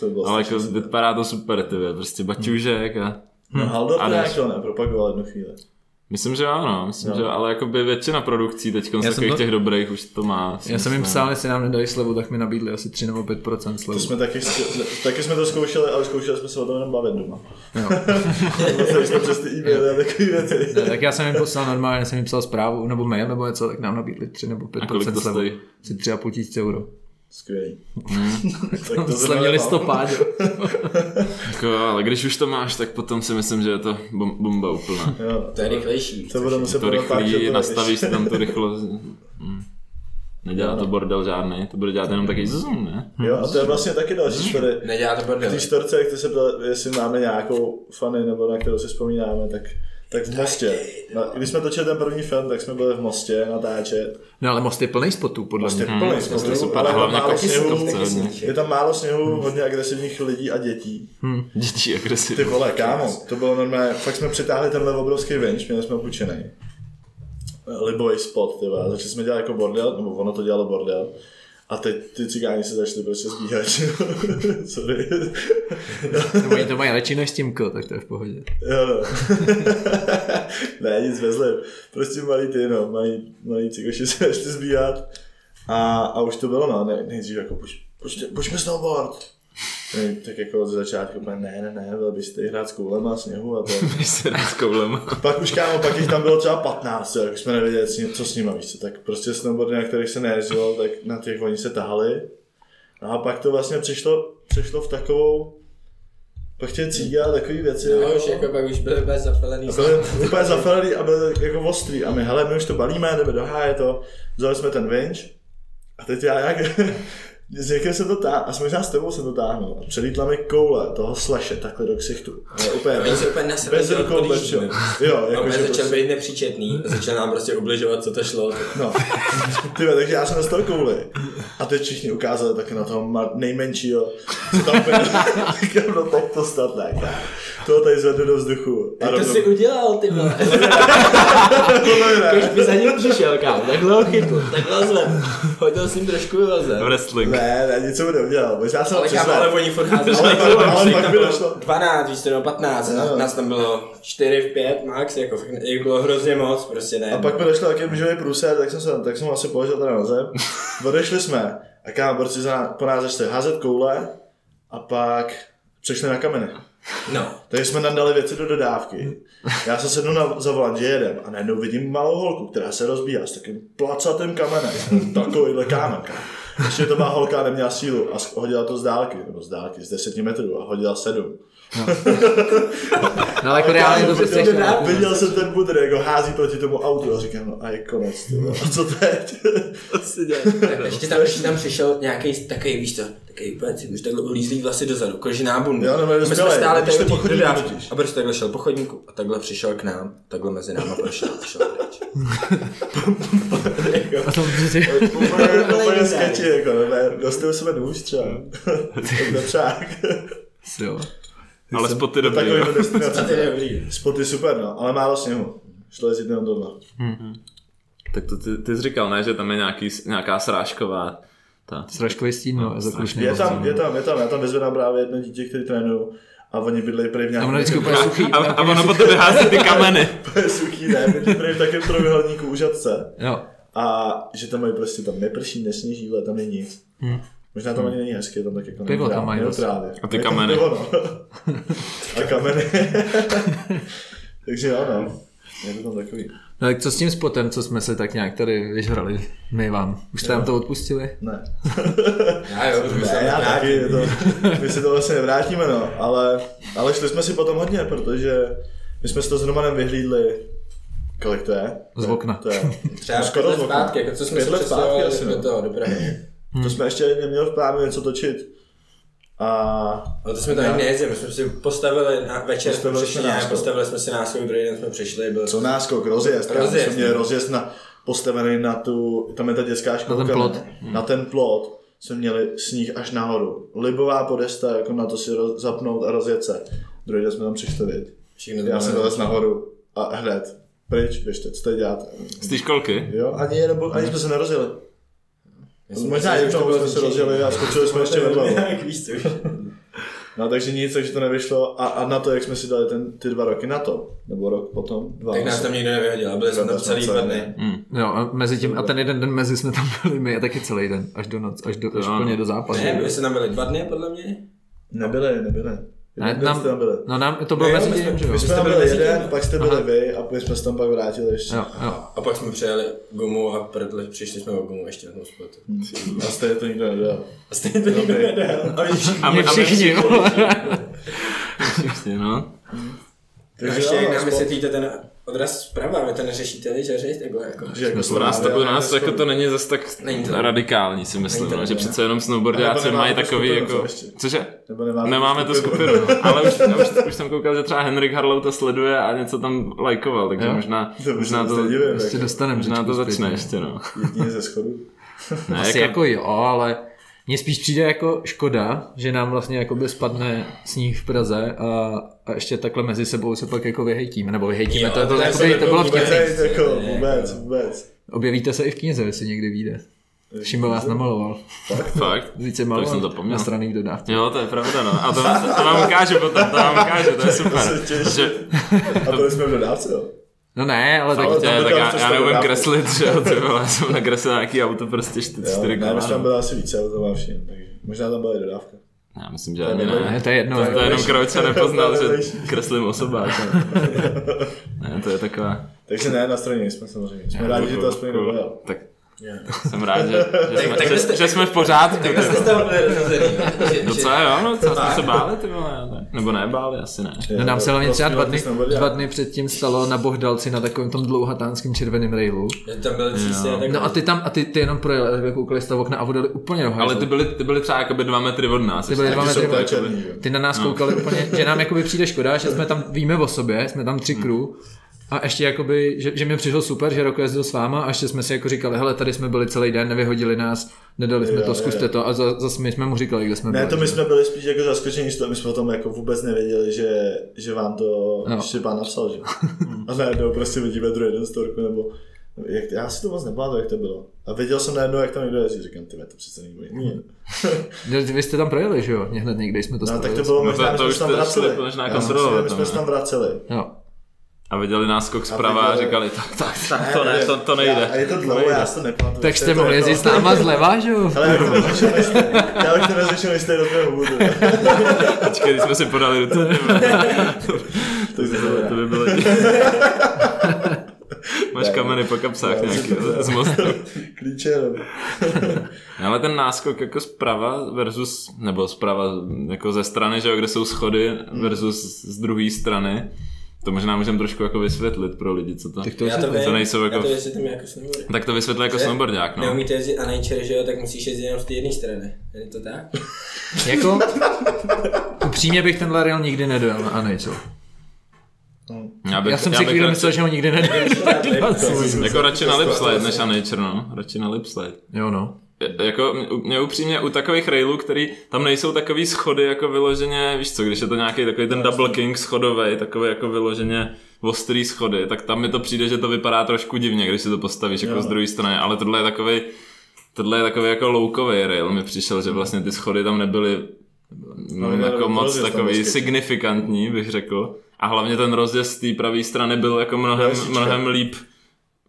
To by bylo ale strašně jako super. vypadá to super, ty vole, prostě baťužek a... No, Haldor to A nějak jdeš. to nepropagoval jednu chvíli. Myslím, že ano, myslím, No. že ale jakoby většina produkcí teď z jsem takových to- těch dobrých už to má. si Já jsem jim myslím. psal, jestli nám nedali slevu, tak mi nabídli asi 3 nebo 5% To slevu. jsme taky, zku- taky jsme to zkoušeli, ale zkoušeli jsme se o tom jenom bavit doma. Jo. Poslali jsme přes ty e-maily a takové věci. Ne, Eh, tak já jsem jim poslal normálně, jsem jim psal zprávu nebo mail nebo něco, tak nám nabídli 3 nebo A kolik to 5% slevu. stojí? Asi 3,5 tisíce euro. Skvělý. Tam tak jsme měli stopáď. jo. Jako, ale když už to máš, tak potom si myslím, že je to bom- bomba úplná. Jo, To je rychlejší. to bude muset to bude natáčet, rychlý, to nastavíš si tam tu rychlost. Mm. Nedělá to bordel žádný, to bude dělat jenom taky zoom, ne? Jo, a to je vlastně taky další story. Nedělá to V bordel. té čtvrce, jak ty se ptal, jestli máme nějakou fany, nebo na kterou si vzpomínáme, tak, tak v Mostě. Na, když jsme točili ten první film, tak jsme byli v Mostě natáčet. No ale most je plný spotů, podle Mostě mě. hmm, plný to spolu, Mhm, super, ale je tam hlavně jako málo kopce, sněhu, kopce hodně. je tam málo sněhu, hodně agresivních lidí a dětí. Děti Ty agresivní. vole, kámo, to bylo normálně, fakt jsme přitáhli tenhle obrovský vinč, měli jsme půjčený. Libový spot, ty vole. začali jsme dělat jako bordel, nebo ono to dělalo bordel. A teď ty cigáni se začali prostě zbíhat, sorry. Nebo oni to mají radši než s tím K, tak to je v pohodě. Jo, no. ne, nic vezli. Prostě malý ty, no, malý, malý cikoši se ještě zbíhat. A, a už to bylo, no, ne, nejdřív jako, pojď, pojď, pojďme snowboard. Ne, tak jako ze začátku, úplně, ne, ne, ne, byl byste hrát s koulema, sněhu a to. Když se dá s koulema. Pak už kámo, pak jich tam bylo třeba 15, jo, jak jsme nevěděli, s ním- co s nima, víš co, tak prostě snowboardy, na kterých se nejezdilo, tak na těch oni se tahali. No a pak to vlastně přišlo, přišlo v takovou, pak tě cígá takový věci. No už jako pak už byly bez zafelený. A byli úplně zafelili a byli jako ostrý. A my, hele, my už to balíme, jdeme do háje to. Vzali jsme ten vinč. A teď já jak... S někým jsem to táhnul, a možná s tebou jsem to táhnul. A přelítla mi koule toho sleše takhle do ksichtu. Ale úplně Oni bez, se úplně nasrali, bez že rukou, bez čeho. odblížíme. Jo, No, jakože začal prostě- být nepříčetný, a začal nám prostě ubližovat, co to šlo. No, Tyve, takže já jsem dostal kouli. A teď všichni ukázali taky na toho ma- nejmenšího. co Tam byl. Říkám, no tak to snad ne. kámo. Toho tady zvednu do vzduchu. A Jak to rovnou- si udělal, ty vole? Tohle ne. Když by za ním přišel, kámo, takhle ho chytl, takhle ho zlem. Hodil jsem trošku V vyleze. wrestling. Ne, ne, nic jsem mu neudělal. Možná jsem ho Ale kámo, ale přizval. oni furt házeli. Ale- ty vole, ale prostě pak tam by bylo došlo. 12, víš, to bylo 15, Jo. a nás tam bylo 4 v 5 max, jako fakt ne- jich bylo hrozně moc, prostě ne. A pak mi došlo taky mužový průser, tak jsem, se, tak jsem ho asi položil tady na zem. Odešli jsme a kámo, borci za, po nás začali házet koule a pak přešli na kameny. No, Takže jsme nandali věci do dodávky. Já se sednu na, za volant, že jedem a najednou vidím malou holku, která se rozbíhá s takým placatým kamenem. Takovýhle kámen. kámo. Ještě to má holka, neměla sílu a s- hodila to z dálky, nebo z dálky, z 10 metrů a hodila sedm. No ale jako reálně to prostě viděl, ještě na- viděl jsem ten budr, jak ho hází proti tomu autu a říkám, no a je konec, ty vole, a co teď? tak ještě tam, ještě tam přišel nějaký takový, víš co, takový úplně si už takhle ulízlý vlasy dozadu, kožená bunda. Jo, nebo A my jsme dospělej, stále když tady to u té pochodníku dodávky. totiž. A prostě takhle šel po chodníku a takhle přišel k nám, takhle mezi náma prošel, přišel pryč. A to prostě- Úplně, Úplně úplně legendární. sketchy, jako, no, ne, dostal jsem nůž třeba. Vepřák. Jo. Ale spoty dobrý. Takový jo. No, to To je destinace. dobrý. Spoty super, no, ale málo sněhu. Šlo jezdit jenom tohle. Tak to ty, ty jsi říkal, ne, že tam je nějaký, nějaká srážková. Ta. Sražkový stín, no, za klušný Je tam, je tam, je tam, já tam vyzvedám právě jedno dítě, který trénuju a oni bydlejí prý v A ono vždycky nějakém úplně suchý. A, a ono potom vyhází ty kameny. suchý, ne, bydlejí prý v takovém trojuhelníku u žadce Jo. a že tam mají prostě, tam neprší, nesněží, ale tam není nic. Možná tam ani není hezky, je tam tak jako Hmm. Pivo tam neutrál- mají dost. neutrálně. A ty Je tam kameny. pivo, no. A kameny. Takže jo, no. Je to tam takový. No tak co s tím spotem, co jsme se tak nějak tady vyžrali, my vám. Už jste nám to odpustili? Ne. Já jo, už Ne, jsem já rád. taky, je to, my si to vlastně nevrátíme, no, ale, ale šli jsme si potom hodně, protože my jsme si to s Romanem vyhlídli, kolik to je? Z okna. To je Třeba no, skoro let zpátky, jako co jsme Pět se let zpátky asi, přestěhovali no. do toho, do Prahy. Hmm. To jsme ještě neměli v plánu něco točit. A Ale to jsme tam nikdy nejezdili, my jsme si postavili na večer, jsme No. Postavili přišli jsme nějak, náskok. postavili jsme si náskok, druhý den jsme přišli, byl co náskok, rozjezd. Rozjezd. Rozjezd, Jsme měli no. rozjezd na, postavený na tu, tam je ta dětská školka. ten plot. ne? Na ten plot jsme měli sníh až nahoru. Libová podesta, jako na to si roz, zapnout a rozjet se. Druhý den jsme tam přišli, viď. všechno Já bylo- jsem dolez nahoru a hned. Pryč, běžte, co tady děláte? Z té školky. Jo, ani, nebo, ani jsme se nerozjeli. Já jsem Možná myslel, že už to jednou bylo jsme se zničení. rozjeli a skočili jsme ještě vedle. Nějak víš, co už. No takže nic, takže to nevyšlo. A, a na to, jak jsme si dali ten, ty dva roky na to, nebo rok potom, dva. Tak nás asi. tam nikdo nevyhodil, a byli jsme Byli tam jsme celý Mm. celý dva den. dny. Jo, a, mezi tím, a ten jeden den mezi jsme tam byli my a taky celý den, až do noc, až, do, až Jo. plně do zápasu. Ne, my jsme tam byli dva dny, podle mě. Nebyli, nebyli. Ne, Jeden jste tam byli. no nám, to bylo Ne, jo, mezi my jsme- tím, že jo. My jsme tam byli byli mezi tím, jeden, ne? pak jste byli vy a my jsme se tam pak vrátili ještě. Jo, jo. A pak jsme přejeli gumu a prdli, přišli jsme o gumu ještě na tom spotu. A stejně to nikdo nedělal. A stejně to nikdo nedal. A víš, A My vlastně, všichni, vole. Všichni, no. a ještě jak nám vysvětlíte ten odraz zprava, vy to neřešíte, víš, že řeš takhle jako. že jako U nás, to, u nás jako to ne... není zas tak Není to- radikální, si myslím, Není to no, že dobré. přece jenom A nebo snowboardáci nemáme mají tu takový skupinu, co jako... ještě? Cože? Nebo nemáme, Nemáme tu tu skupinu, no. ale už, já už, už jsem koukal, že třeba Henrik Harlow to sleduje a něco tam lajkoval, takže Jo? možná, To možná, to, Ještě dostaneme. možná to řečku zpět, začne no. ještě, no. Jedině ze schodu. Ne, Asi jako jo, ale mně spíš přijde jako škoda, že nám vlastně jakoby spadne sníh v Praze a, a ještě takhle mezi sebou se pak jako vyhejtíme, nebo vyhejtíme, Jo, to, je to, to je jakoby, to super, bylo to vtipný. vůbec Vůbec, jako, Ne, vůbec, vůbec. Objevíte se i v knize, jestli někdy vyjde. Šimba vás namaloval. fakt. Více To maloval už jsem zapomněl. na straných dodávce. Jo, to je pravda, no. A to vám, to vám ukážu potom, to vám ukážu, to je super. se těším. Že, A byli jsme v dodávce, jo. No ne, ale tak Ale to je, tam tak já, dokážu já neumím sestavit kreslit, že jo, ty vole, já jsem nakreslil nějaký auto prostě Jo, 4 ne, už tam km. byla asi více, ale to mám všim, takže možná tam byla i dodávka. Já myslím, že ani nebylo- ne, ne. to je jedno. To je jenom nejlepší. Krojče nepoznal, To že je nejlepší. kreslím osobák. Ne, to je taková... Takže ne, na straně jsme samozřejmě. Jsme rádi, že to aspoň Cool. nebylo. Tak Jsem rád, že, že, jsme, tak že, byste- že jsme v pořádku. ty Tak jste z vole. toho byli rozhozený. že- že- Docela jo, no, co jsme se báli, ty vole, ne? nebo ne, báli, asi ne. No nám se hlavně Prostě třeba dva ty dny, jsme byli, dva já. dny předtím stalo na Bohdalci na takovém tom dlouhatánském červeném railu. Že tam byl Jo. přísně tak... No a ty tam, a ty, ty jenom projeli, jako koukali z toho okna a vodali úplně do hajzlu. Ale ty byly, ty byly třeba jakoby dva metry od nás. Ty byly ještě. dva Taky metry jsou od úplně nás. černý, že? Ty na No. nás koukali úplně, že nám jakoby přijde škoda, že jsme tam, víme o sobě, jsme tam Hmm. tři crew, a ještě jakoby, že, že mi přišlo super, že Roko jezdil s váma a ještě jsme si jako říkali, hele, tady jsme byli celý den, nevyhodili nás, nedali jsme Jo, to, jo. zkuste to a za- zase my jsme mu říkali, kde jsme Ne, byli. to my jsme byli spíš jako zaskočení z toho, my jsme o tom jako vůbec nevěděli, že, že vám to No. no. Štěpán napsal, že? A najednou prostě vidíme druhý den storku, nebo jak, já si to moc nepamatuju, jak to bylo. A věděl jsem najednou, jak tam někdo jezdí, říkám, ty to přece není možný. Vy- Vy jste tam projeli, že jo? Ně- Hned někde jsme to No, tak stavili. to bylo No, možná, to- že to jsme už se tam to vraceli. šli, možná Já kontrolovat, myslím, že my jsme no. se tam vraceli. Jo. A viděli nás skok A zprava a viděli- říkali, tak, tak, tak, to ne, to, to Já, a je nejde. to dlouho, já se nepamatuju. Tak To je jste to mohli jedno. jezdit s náma zleva, že jo? Ale jak to rozlišil, nejste. Já bych to rozlišil, nejste do toho hudu. Počkej, když jsme si podali ruce, ty vole, To je to by bylo... Máš kameny po kapsách Ne, nějaký to je- z mostu. Klíče, no. No, ale ten náskok jako zprava versus, nebo zprava jako ze strany, že jo, kde jsou schody versus z druhé strany, to možná můžeme trošku jako vysvětlit pro lidi, co to... Tak to Já to vím, To nejsou jako- já to vysvětlím jako snowboardy. Tak to vysvětli jako Že? snowboardák, no. Neumíte jezdit a nature, že jo, tak musíš jezdit jenom v té jedné straně. Je to tak? Jako, upřímně bych tenhle rail nikdy nedojel na Anejčel. bych- Já jsem si bych chvíli radši- myslel, že ho nikdy nedojel. Jako radši na lipslide než na nature, no. Radši na lipslide. Jo no. Je- Jako mě- mě upřímně u takových railů, který tam nejsou takový schody jako vyloženě, víš co, když je to nějaký takový ten double king schodový, takový jako vyloženě ostrý schody, tak tam mi to přijde, že to vypadá trošku divně, když si to postavíš jako Jo. z druhé strany, ale tohle je takový, tohle je takový jako loukový rail mi přišel, že vlastně ty schody tam nebyly Ale no, ne, jako rozjezd moc tam takový vždycky. signifikantní, bych řekl. A hlavně ten rozjezd z té pravé strany byl jako mnohem, Jasně. mnohem líp.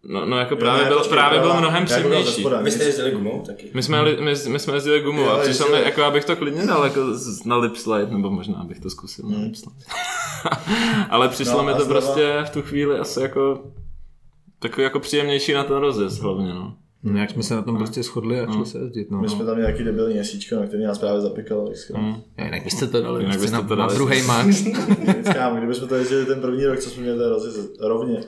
No, no jako právě ne, byl, počkej, právě byl pravá. mnohem Já koukám ze přímější. spoda. A vy jste jezdili gumou taky? My jsme, jeli, my, my jsme jezdili gumou a Jo, přišel mi, jezdili. jako abych to klidně dal jako z- na lip slide, nebo možná bych to zkusil na lip slide. Ale přišlo Hmm. No, mi a to znova- prostě v tu chvíli asi jako takový jako příjemnější na ten rozjezd hlavně, no. Nějak jsme se na tom prostě shodli a Hmm. šli se jezdit. No. My jsme tam měli nějaký debilní jesíčko, na který nás právě zapikalo. Mm. Já, jinak byste to Jinak dali. Jinak byste byste na, to na dali. druhý max. Kámo, kdybychom to jezdili ten první rok, co jsme měli ten rozjezd rovně.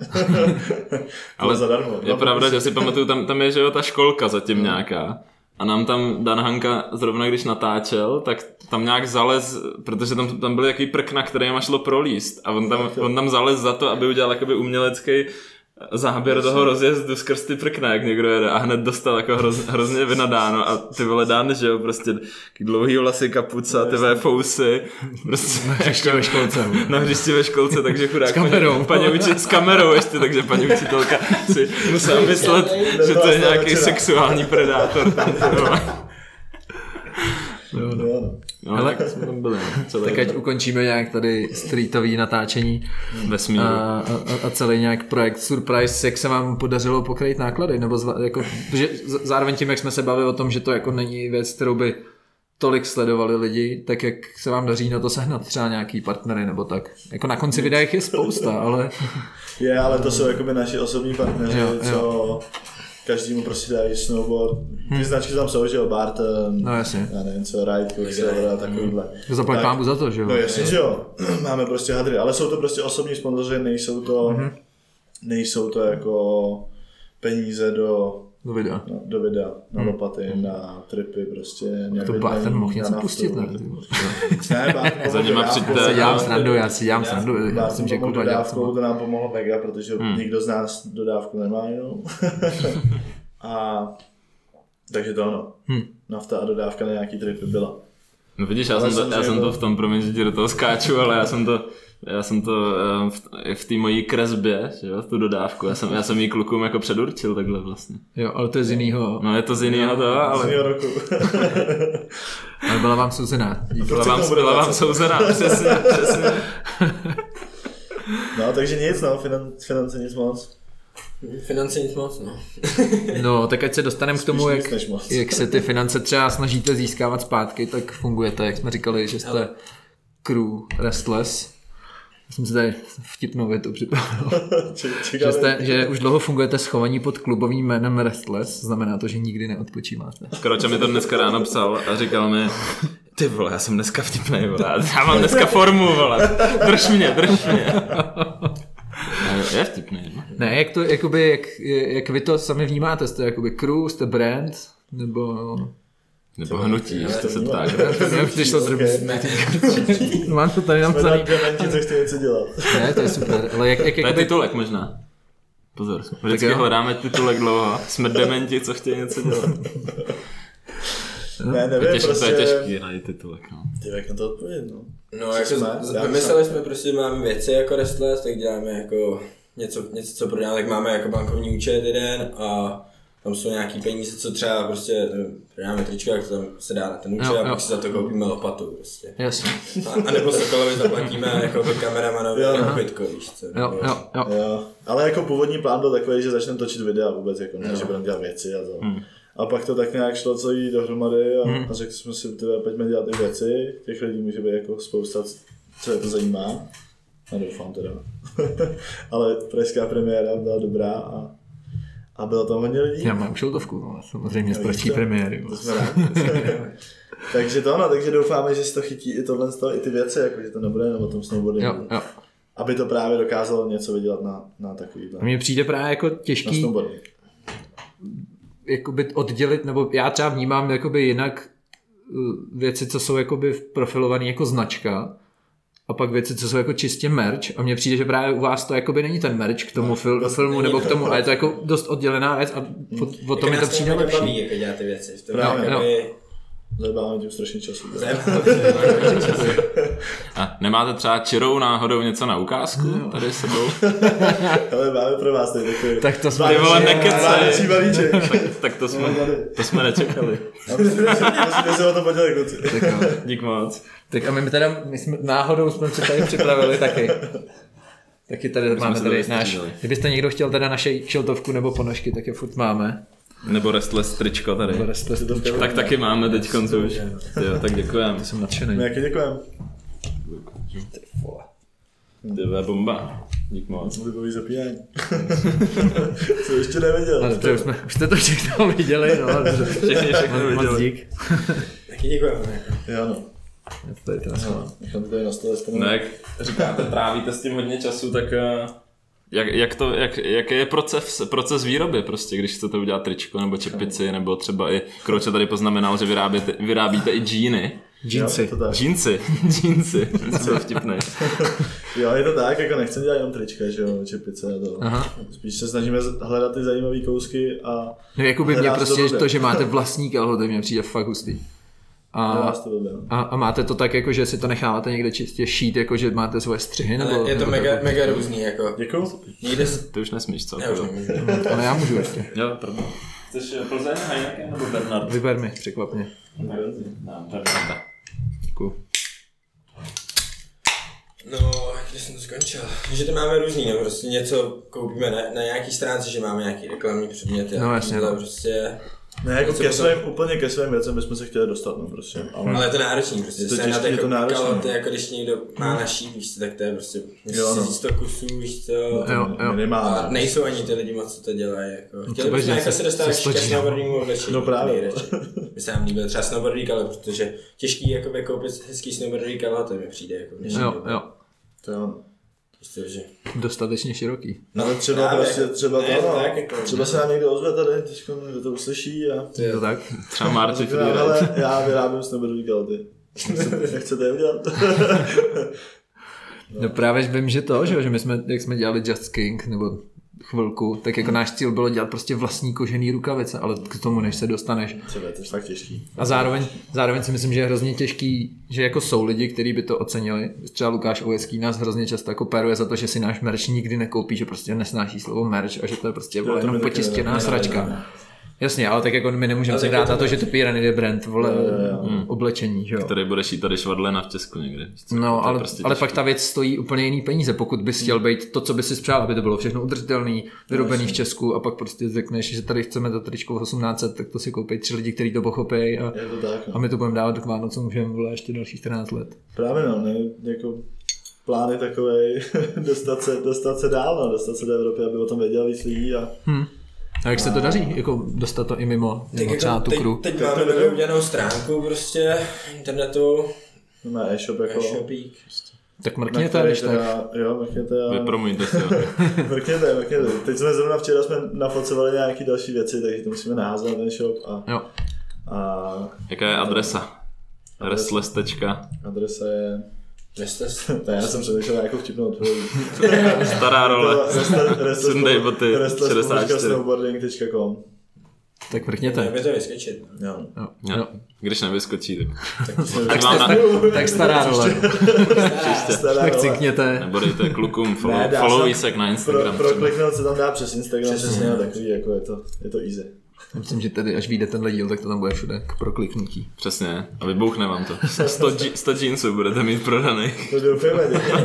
Ale Ale zadarmo. Je pravda, prostě. že si pamatuju, tam, tam je že jo, ta školka zatím nějaká. A nám tam Dan Hanka zrovna když natáčel, tak tam nějak zalez, protože tam, tam byl jaký prkna, který šlo prolíst. A on tam, on tam zalez za to, aby udělal jakoby umělecký záběr toho rozjezdu skrz ty prkna, jak někdo jede a hned dostal jako hroz, hrozně vynadáno a ty vole dán, že jo, prostě taky dlouhý vlasy, kapuca, ty vole fousy, prostě Ještě ve školce. na hřišti No, ve školce, takže chudák. S Paní, kamerou. paní uči, s kamerou ještě, takže paní učitelka si musela myslet, že to je Nebyla nějaký včera. sexuální predátor. Tam, no. Jo, no. No, Hele, tak jsme tam byli. no. Celý Tak ať ukončíme nějak tady streetový natáčení vesmíru. a, a, a celý nějak projekt Surprise, jak se vám podařilo pokrýt náklady, nebo zva, jako, protože z- zároveň tím, jak jsme se bavili o tom, že to jako není věc, kterou by tolik sledovali lidi, tak jak se vám daří na to sehnat třeba nějaký partnery nebo tak. Jako na konci videa jich je spousta, ale Je, ale to jsou jakoby naši osobní partneři, Jo, jo. jo, jo. co každému prostě dají snowboard. Ty značky tam jsou, že jo, Barton, No, jasně. já nevím co, Ride, Quicksilver a takovýhle. zaplať Tak- pámu za to, že jo? No jasně, že jo. Máme prostě hadry, ale jsou to prostě osobní sponzoři, nejsou to, Mhm. nejsou to jako peníze do, Do videa. no, do videa, na lopaty, na tripy prostě. na Mhm. To bydlení, Barton mohl na něco naftu. pustit, ne? Ne, Barton Za nima dodávkou. přijďte. Já si dělám dělám srandu, já si dělám srandu. Já Já jsem jsem že pomohl kuda dělat dodávkou, to nám pomohlo mega, protože hmm. nikdo z nás dodávku nemá jenom. a takže to ano. Hmm. Hm. Nafta a dodávka na nějaký tripy byla. No vidíš, já jsem, to, já samozřejmě jsem to byl. v tom, promiň, že ti do toho skáču, ale já jsem to, já jsem to eh, v, i v té mojí kresbě, že jo, tu dodávku, já jsem, já jsem jí klukům jako předurčil takhle vlastně. Jo, ale to je z jinýho. No je to z jiného to, ale... Z mého roku. Ale byla vám souzená. Proč Byla se k vám, tomu bude byla vám vracet? souzená, přesně, přesně. No, takže nic, no, finance, finance nic moc. Finance nic moc, no. No, tak ať se dostaneme k tomu, nic jak, než moc. jak se ty finance třeba snažíte získávat zpátky, tak fungujete, jak jsme říkali, že jste crew restless. Já jsem si tady vtipnou větu připravil. Če- že, Čekáme. jste, že už dlouho fungujete schovaní pod klubovým jménem Restless, znamená to, že nikdy neodpočíváte. Kroča mi to dneska ráno psal a říkal mi, ty vole, já jsem dneska vtipnej, vole, já mám dneska formu, vole, drž mě, drž mě. A jo, Je vtipný. no. Ne, jak, to, jakoby, jak, jak vy to sami vnímáte? Jste jakoby crew, jste brand? Nebo... Nebo hnutí, jestli se ptá. Jsme Mně už přišlo drb... Okay. Mám to tady na napsaný. dementi, co chtějí něco dělat. Ne, to je super. Ale jak, jak, To je jakoby, titulek možná. Pozor, vždycky jo. hledáme titulek dlouho. Jsme dementi, co chtějí něco dělat. Ne, No, To nevím, je, těžký, prostě... to je těžký najít titulek. No. Ty, jak na to odpovědět, no. No, jako jsme? z- Já z- vymysleli jsme prostě, máme věci jako Restless, tak děláme jako něco, něco co prodáme, tak máme jako bankovní účet jeden a tam jsou nějaký peníze, co třeba prostě nevím, prodáme tričko, jak to tam se dá na ten účet Jo, a jo. pak si za to koupíme lopatu prostě. Jasně. A, a nebo Sokolovi zaplatíme jako by kameramanovi Jo. jako bitko, víš co. Jo, nebo- jo, jo. Jo. Ale jako původní plán byl takový, že začneme točit videa vůbec, jako ne, že budeme dělat věci a to. Hmm. A pak to tak nějak šlo celý dohromady a, a řekli jsme si, teda pojďme dělat ty věci, těch lidí může být jako spousta, co je to zajímá. A doufám teda. Ale pražská premiéra byla dobrá a, a bylo tam hodně lidí. Já mám šiltovku, no, samozřejmě z Víš pražský co? premiéry. no. To vole. jsme rádi. takže to ano, takže doufáme, že si to chytí i tohle, z toho, i ty věci, jako že to nebude jenom o tom Jo, snowboardingu. jo. Aby to právě dokázalo něco vydělat na, na takový A mně přijde právě jako na těžký snowboarding. jakoby oddělit, nebo já třeba vnímám jakoby jinak uh, věci, co jsou jakoby profilované jako značka a pak věci, co jsou jako čistě merch a mně přijde, že právě u vás to jakoby není ten merch k tomu fil- No, to filmu není nebo k to. tomu, ale je to jako dost oddělená věc a o, o tom mi to Jako nás přijde jako lepší. Baví, jako dělat ty věci. To jako Právě, Právě, jakoby, Zabáváme tím strašně času. A nemáte třeba čirou náhodou něco na ukázku? Tady s sebou? Ale máme pro vás tady takový. Tak to jsme- Ty vole, vánoční- nekecej. vánoční balíček. Tak, tak to, jsme, to jsme nečekali. A musíte se- musíte se o to podělit, kluci. Tak, jo. Dík moc. tak a my teda, my jsme, náhodou jsme se tady připravili taky. Taky tady máme se tady tady náš, vystřídali. kdybyste někdo chtěl teda naše šiltovku nebo ponožky, tak je furt máme. Nebo restless tričko tady. Tak taky máme teď konce už. Jo, tak děkujeme. Jsem nadšený. My Jaký No, děkujeme. To je bomba. Dík moc. Libový zapínání. Co ještě neviděl. No, dobře, už, jsme, už jste to všechno viděli, no. Dobře. Všichni všechno Moc- Moc viděli. dík. taky děkujeme. jako. Jo, no. Já to tady teda schovám. Nechám to tady na stole. stranou. No jak říkáte, trávíte s tím hodně času, tak eh, jak, jak to, jak, jaký je proces, proces výroby prostě, když chcete udělat tričko nebo čepici, nebo třeba i Kroče tady poznamenal, že vyrábíte, vyrábíte i džíny. Jo, Jeansy. to tak. Džínsy, džínsy, to je vtipný. Jo, je to tak, jako nechcem dělat jenom trička, že jo, čepice a to. Aha. Spíš se snažíme z- hledat ty zajímavé kousky a No, jakoby mě Hledá se to prostě dobře. to, že máte vlastní kalhoty, mě přijde fakt hustý. A, hledat to dobře. no. a, a, máte to tak, jako, že si to necháváte někde čistě šít, jako, že máte svoje střihy? Nebo, Ale je to nebo mega, tak? mega různý, jako. Děkuju. Někde s... Ty už nesmíš, co? Já už Jo. nemůžu. Ale já můžu ještě. Jo, pardon. Chceš eh, Plzeň, Heineken nebo Bernard? Vyber mi, překvapně. Dám Bernarda. Děkuju. No, kde jsem to skončil? Že to máme různý, no, prostě něco koupíme na, na nějaký stránce, že máme nějaký reklamní předměty. No, jasně, Ale no. prostě, Ne, jako Něco ke potom- svým, úplně ke svým věcem bychom se chtěli dostat, no prostě. ale je to náročný, prostě. Je to sehnat těžký, je to náročný. Kalhoty, jako když někdo No. má našít, víš co, tak to je prostě, Jo, jo, no. no. 100 kusů, víš co. Jo, jo. A minimálně. nejsou ani ty lidi moc, co to dělají. Jako. Chtěli třeba, že bychom jako se- se dostat se k složí, no. snowboardingu oblečení. No právě. nejradši. By se nám líbil třeba snowboardík, ale protože těžký jakoby, koupit hezký snowboardík, ale to mi přijde jako v dnešní Jo, době. jo. To jo, no. Prostě, že... Dostatečně široký. No, ale třeba právě, prostě, jako- třeba ne, to, no, tak jako- třeba se nám někdo ozve tady, když kdo to uslyší a Je to tak? Třeba Marty řekne, Freeride. ale já vyrábím snowboardový galety. Nechcete je udělat? No právě že vím, že to, že, jo, že my jsme, jak jsme dělali Just King, nebo chvilku, tak jako náš cíl bylo dělat prostě vlastní kožený rukavice, ale k tomu, než se dostaneš, Třeba je to fakt těžký. A zároveň, zároveň si myslím, že je hrozně těžký, že jako jsou lidi, kteří by to ocenili. Třeba Lukáš Ojeský nás hrozně často jako peruje za to, že si náš merch nikdy nekoupí, že prostě nesnáší slovo merch a že to je prostě vole, to mi jenom taky potistěná nedá. sračka. Jasně, ale tak jako my nemůžeme Ale se tak je dát to na to, merch. že to Pirany je brand, vole, mm, oblečení, že jo. Tady bude šít tady švadlena v Česku někde. víš co? To je No, ale, prostě ale těžký. pak ta věc stojí úplně jiný peníze, pokud bys chtěl být to, co bys si přál, aby to bylo všechno udržitelný, vyrobený v Česku a pak prostě řekneš, že tady chceme to tričko 1800, tak to si koupí tři lidi, kteří to pochopí a, Je to tak, a no. my to budeme dávat k Vánocům, můžeme vole ještě dalších 14 let. Právě no, ne, jako... plán je takový dostat se, dostat se dál, no, dostat se do Evropy, aby o tom věděl víc lidí a A jak se to daří, jako dostat to i mimo, jako mimo třeba tu jako teď, kru? teď máme Teď to novou udělanou stránku prostě internetu, na e-shop jako... e-shopík. Tak na mrkněte, který když tak. teda- Jo, mrkněte a... Vypromujte se. Mrkněte, mrkněte. Teď jsme zrovna včera jsme nafocovali nějaký další věci, takže to musíme naházet ten shop a, Jo. a Jaká je adresa? Restless. adresa je... Restless. Ne, já jsem přemýšlel nějakou vtipnou odpověď. Stará role. Sundej boty, 64. Restless.snowboarding.com Tak Měl mrkněte. by to vyskočit. no. Jo. Jo. Jo. Jo. Když nevyskočí, tak Tak vám na, Tak stará role. stará Tak role. cinkněte. nebo dejte klukům Ne, follow, dá follow se- výsek na Pro, Instagram. třeba. prokliknout se tam dá přes Instagram, Přesně. přesně, no, takový, jako je to, je to easy. Myslím, že tedy až vyjde tenhle díl, tak to tam bude všude k prokliknutí. Přesně, a vybouchne vám to. 100, dži- 100 džínsů budete mít prodaných. To doufujeme,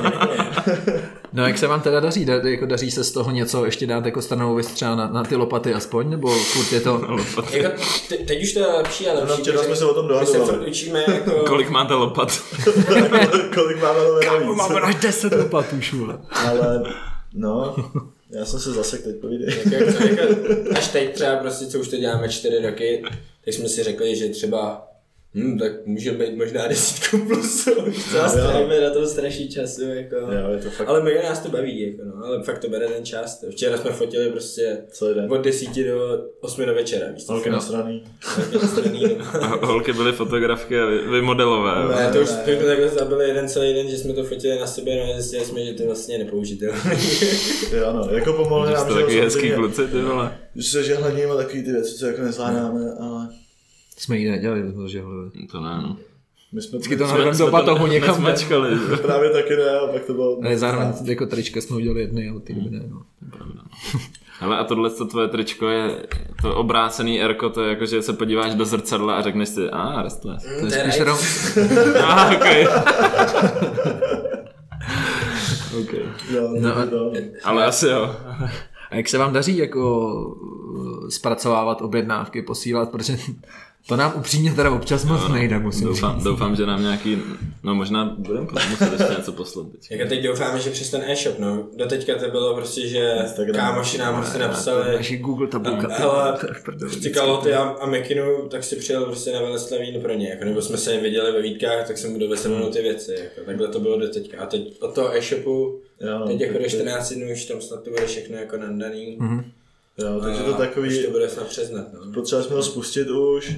No jak se vám teda daří? Da, jako daří se z toho něco ještě dát jako stranou věc třeba na, na ty lopaty aspoň? Nebo furt je to... Jako, te, teď už to je lepší a lepší. No, včera protože jsme se o tom My se dohadovali. furt učíme jako... Kolik máte lopat? kolik máme nové navíc. až 10 lopatů, šule. Ale, no, já jsem se zasek teď povídej. Jak to, jako, až teď třeba prostě, co už to děláme čtyři roky, tak jsme si řekli, že třeba Hmm, tak může být možná desítku plusů. Co strávíme na tom straší času, jako. Jo, je to fakt Ale mega nás to baví, jako no, ale fakt to bere ten čas. Včera jsme fotili prostě celý den. od 10 do 8 do večera, víš co? No. Holky nasraný. Fakt nestranný, no. Holky byly fotografky a vy- vy modelové. jo. Ne, to už jsme to takhle zabili jeden celý den, že jsme to fotili na sebe, no a zjistili jsme, že to je vlastně nepoužitelné. Jo, no, jako pomohli Že nám, jste že taky jo, hezký samozřejmě, kluci, ty vole. že žehleníme takový ty věci, co jako nezvládáme, ale Jsme ji nedělali, protože hlubě. To ne, no. my jsme Vždycky to navrhneme do batohu někam. ne? Nesmačkali. že? právě taky ne, a pak to bylo... No, Ale zároveň jako trička jsme udělali jedny, ale ty doby ne. No. Hele, a tohle to tvoje tričko je to obrácený erko, to je jako, že se podíváš do zrcadla a řekneš si, a ah, restless. To je to je spíš nice. rom... Ah, okay. Jo, No a- no, no. Ale asi jo. A jak se vám daří jako eh, zpracovávat objednávky, posílat, protože to nám upřímně teda občas moc nejde, musím říct. Doufám, doufám, že nám nějaký, no možná budeme muset ještě něco poslat. teď. Jako teď doufáme, že přes ten e-shop, no. Doteďka to bylo prostě, že Instagram. kámoši nám prostě napsali, Naši Google tabulka. Hele, To je v prdeli. říkalo ty a, a Mikinu, tak si přijel prostě na Veleslavín pro ně, jako, nebo jsme se viděli ve Vítkách, tak jsem mu dovezl mm. ty věci, jako, takhle to bylo doteďka. A teď od toho e-shopu, Jo, no, teď jako do takže- 14 dnů už tam snad to bude všechno jako nandaný. Mm. Jo, takže to Už takový, to bude snad přeznat, no. potřebovali jsme to spustit už,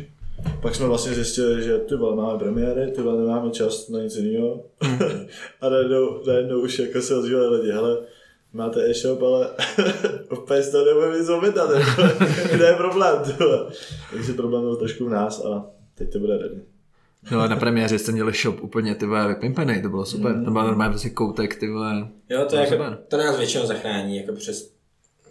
pak jsme vlastně zjistili, že ty vole, máme premiéry, ty vole, nemáme čas na nic jiného. a najednou, najednou už jako se ozývali lidi, hele, máte e-shop, ale úplně si to nebudeme nic objednat, jako, kde je problém, ty vole. Takže problém byl trošku v nás a teď to bude ready. No a na premiéře jste měli shop úplně ty vole vypimpenej, to bylo super. To byl normálně prostě koutek ty vole. Jo, to, je No, jako, super. to nás většinou zachrání, jako přes,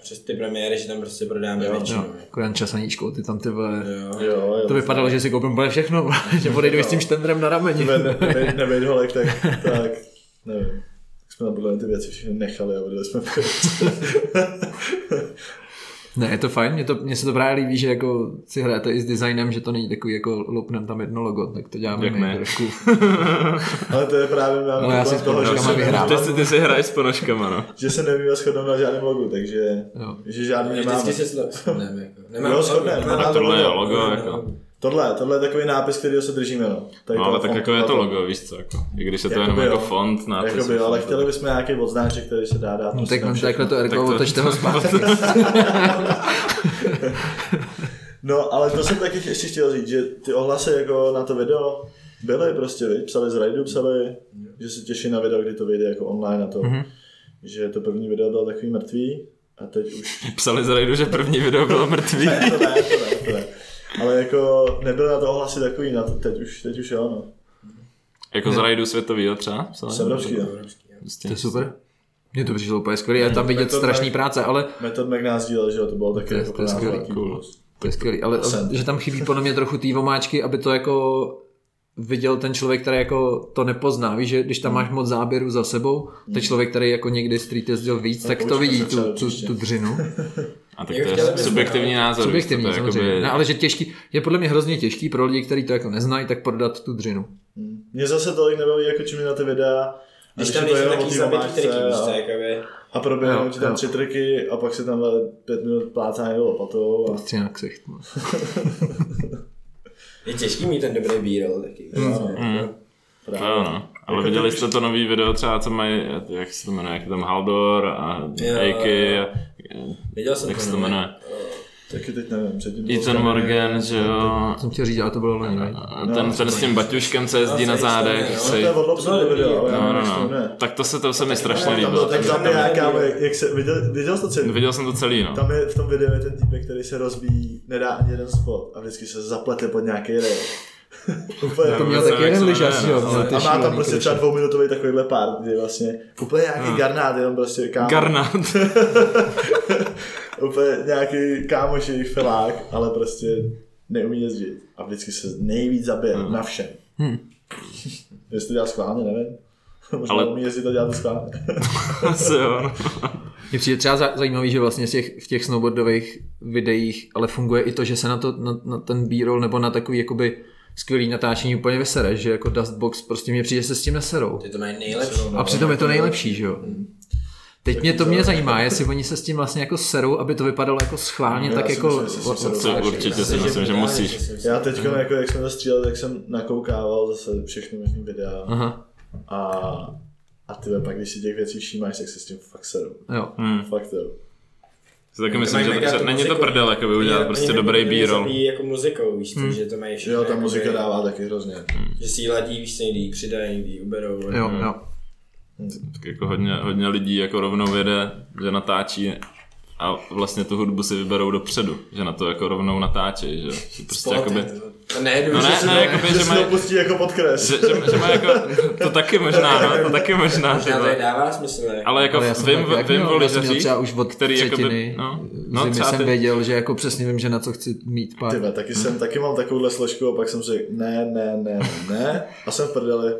přes ty premiéry, že tam prostě prodáme no. jo, většinou. Jo, jako Jan Časaníčko, ty tam ty vole. Jo. Jo, jo. To vypadalo, že si koupím bude všechno, že odejdu s tím štendrem na rameni. Ne, ne, ne, nebejt holek, tak, tak, nevím. Tak jsme podle mě ty věci všechny nechali a odjeli jsme pryč. Ne, je to fajn, mně, to, mně se to právě líbí, že jako si hrajete i s designem, že to není takový jako loupnem tam jedno logo, tak to děláme Jak my ne? trošku. Ale to je právě mám No, já si s ponožkama se, vyhrám. Ty, si, ty si hraješ s ponožkama, no. že se nevíme shodnout na žádném logu, takže Jo. že žádný nemáme. Vždycky se slo- shodneme, jako. Jo, Nemáme shodneme, nemáme- nemáme. Tak tohle je logo. logo, jako. Tohle, tohle je takový nápis, který se držíme. No, Tady No, toho ale tak fontu, jako je to toho- logo, víš co, jako. I když je to jenom Jakoby jako jo. font, nápis. Jakoby, jo, je ale font. chtěli bychom nějaký odznáček, který se dá dát. No, prostě tak na mám všechno. takhle to ergo, Tak to- otočte ho zpátky. No, ale to jsem taky ještě chtěl říct, že ty ohlasy jako na to video byly prostě, viď? psali z rajdu, psali, že se těší na video, kdy to vyjde jako online na to. Mhm. Mm-hmm. Že to první video bylo takový mrtvý a teď už Psali z rajdu, že první video bylo mrtvý. Ne, to ne, to ne, to ne. Ale jako nebyly na to ohlasy takový, na to, teď už, teď už jo, no. Jako z rajdu světovýho třeba? Psali? Z evropský, jo. Prostě. To je super. Mně to přišlo úplně skvělý, je tam vidět to strašný tak- práce, ale Method Mac nás dílel, že jo, to bylo taky To je- jako to je pro nás skvělý, velký cool. plus. To je skvělý, ale Jsem. že tam chybí podle mě trochu té vomáčky, aby to jako viděl ten člověk, který jako to nepozná. Víš, že když tam máš moc záběrů za sebou, ten člověk, který jako někdy street jezdil víc, tak to určitě vidí se třeba tu, tu, příště. tu dřinu. A tak Jak to chtěli je bychom, subjektivní názor. víš co, Subjektivní to jako je samozřejmě. jakoby- Ne, ale že těžký, je podle mě hrozně těžký pro lidi, kteří to jako neznají, tak prodat tu dřinu. Mě zase tolik nebaví, jako čím mě na ty videa Když když tam to nejsou jenom taky o té no. zabitý omáčce triky, a- víš co, jakoby. A proběhnou Jo, ti tam jo. tři triky a pak se tam vede pět minut plácání lopatou. A... Ostří na ksicht. no. Je těžký mít ten dobrý bírol taky. prostě. Mm. Právě. To jo, no. Ale Jako viděli to- jste to nový video třeba, co mají, jak se to jmenuje, jak je tam Haldor a Jo. Eiky a Viděl jsem jak se to no. jmenuje. Taky teď nevím, předtím. to Ethan bylo- Morgan, že jo. Jsem chtěl říct, ale to bylo loni, ne? A Ten, ten s tím baťuškem, co jezdí na No, zádech. no, No, To se- je od Lobsona video, ale já No, nevím, no, jestli to no. ne. Tak to se, to se mi strašně tam Tam byl líbilo. tak to- zabiják, to- kámo, jak, jak se, viděl, viděl jsi to celý? Viděl jsem to celý, no. Tam je v tom videu je ten týpek, který se rozbíjí, nedá ani jeden spot a vždycky se zaplete pod nějaký rail. Úplně jako To měl nevím, jak taky jeden se lyžař, jmenuje, jo. no, měl ale- ty a má tam šílený prostě kruče. třeba dvouminutový takovýhle pár, kdy vlastně úplně nějaký garnát, jenom prostě kámo, Garnát. úplně nějaký kámoš jejich filák, ale prostě neumí jezdit a vždycky se nejvíc zabije Hmm. na všem. Jestli to dělá schválně, nevím. Možná Ale- ale... umí jezdit a dělá to schválně. Asi jo, no. Mně přijde třeba za- zajímavý, že vlastně z těch, v těch snowboardových videích, ale funguje i to, že se na, to, na, na ten b-roll nebo na takový jakoby skvělý natáčení úplně vesere, že jako Dustbox prostě mě přijde že se s tím neserou. Ty to mají nejlepší. A přitom je to nejlepší, že jo. Teď mě to mě zajímá, jestli oni se s tím vlastně jako serou, aby to vypadalo jako schválně, No, Já tak si jako myslím, že se s tím serou. Co odsáčí. určitě si myslím, že musíš. Já teď, jako, jak jsme to stříleli, tak jsem nakoukával zase všechny možný videa. Aha, A, a ty pak, když si těch věcí všímáš, tak se s tím fakt seru. jo. Hm. Fakt jo. Si Taky myslím, že, že není to prdel, jakoby udělat prostě dobrý b-roll. Zabíjí jako muzikou, víš co, že to mají Že Hmm. jo, ta muzika dává taky hrozně. Hmm. Že si ji ladí, víš co, někdy ji přidají, někdy ji uberou. Jo, jo. hmm. Tak jako hodně, hodně lidí jako rovnou věde, že natáčí a vlastně tu hudbu si vyberou dopředu, že na to jako rovnou natáčí, že že prostě jakoby, To nejdu, no ne, ne, jakoby, Že že si to mají, pustí jako pod kres. že, že, že mají jako, to taky možná, no, to taky možná, ty to vole. dává smysl, ne? ale jako Ale já jsem vím, tak jak vím měl, o já jsem měl lyžařích, třeba už od který jakoby- třetiny no, no, no, zimy třeba jsem ty- věděl, že jako přesně vím, že na co chci mít pak. Tyhle, taky, jsem, taky mám takovouhle složku a pak jsem řekl, ne, ne, ne, ne, a jsem v prdeli.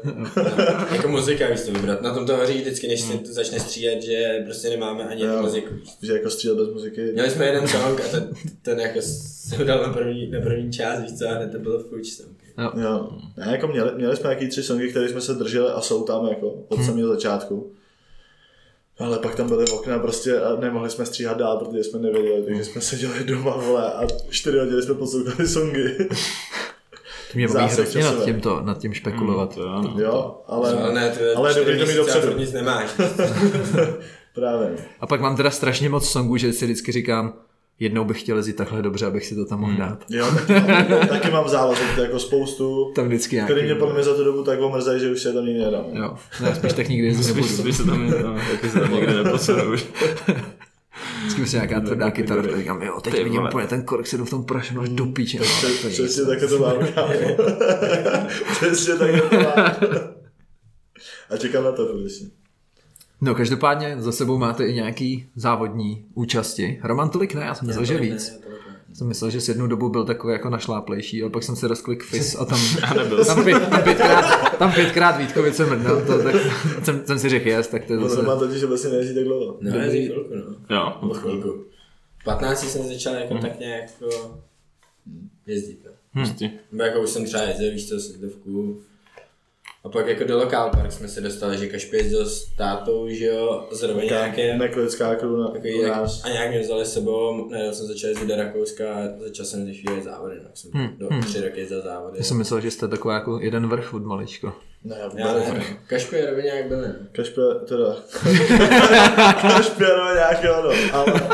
Jako muzika, víš to vybrat. Na tom to hoří vždycky, než se to začne stříhat, že prostě nemáme ani jednu Jo. muziku. Že jako střílet bez muziky. Měli jsme jeden song a ten, ten jako se ho dal na první, na první část, víš co, a hned to bylo furt song. Jo. Ne, jako měli, měli jsme nějaký tři songy, které jsme se drželi a jsou tam jako od samého začátku. Ale pak tam byly okna prostě a nemohli jsme stříhat dál, protože jsme nevěděli, takže jsme seděli doma, vole, a čtyři hodiny jsme poslouchali songy. To mě baví Zásek hrozně nad časový. tím, to, nad tím špekulovat. Hmm, To jo, no. jo, ale, Ale ne, ty, ale je dobrý to mít dopředu. nic nemáš. Právě. A pak mám teda strašně moc songů, že si vždycky říkám, jednou bych chtěl jezdit takhle dobře, abych si to tam mohl dát. Jo, taky mám, taky mám závazek, to je jako spoustu, Tam vždycky nějaký. který mě podle mě za tu dobu tak omrzají, že už se tam nikdy nedám. Jo, ne, spíš tak nikdy jezdit Spíš, nebudu. spíš se tam, no, taky se tam nikdy neposunu už. Vždycky si nějaká tvrdá kytarka, říkám, jo, Ty teď vidím vole. úplně ten korek, se jdu v tom prašenu až do píče. No, to je nic. Přesně takhle to mám, kámo. Přesně takhle to mám. A čekám na to, prostě. No, každopádně za sebou máte i nějaký závodní účasti. Roman tolik ne, já jsem myslel, že víc. Jsem myslel, že s jednu dobu byl takový jako našláplejší, ale pak jsem si rozklik FIS a tam, tam, pět, tam, pětkrát, tam pětkrát Vítkovice mrdnal, to, tak jsem, jsem si řekl, jest, tak to je Ono to zase... má totiž vlastně nejezdí tak dlouho. No, je za chvilku, no. Hm. Jo, Po chvilku. V 15 jsem začal jako tak nějak jako jezdit, no. prostě. Nebo jako už jsem třeba jezdil, víš co, sedlovku. A pak jako do lokál park jsme se dostali, že Kašpi jezdil s tátou, že jo, zrovna nějaké. Neklická kruna. Takový, u jak, jako nás. a nějak mě vzali s sebou, najednou jsem začal jezdit do Rakouska a začal jsem jezdit chvíli závody, no. Jsem do tři roky jezdil závody. Hmm, Já jsem myslel, že jste taková jako jeden vrch od maličko. Ne, Já vůbec. ne, Kašpi a Robi nějak byli, no. Kašpě, teda. no, Kašpěrové nějaké ono, ale,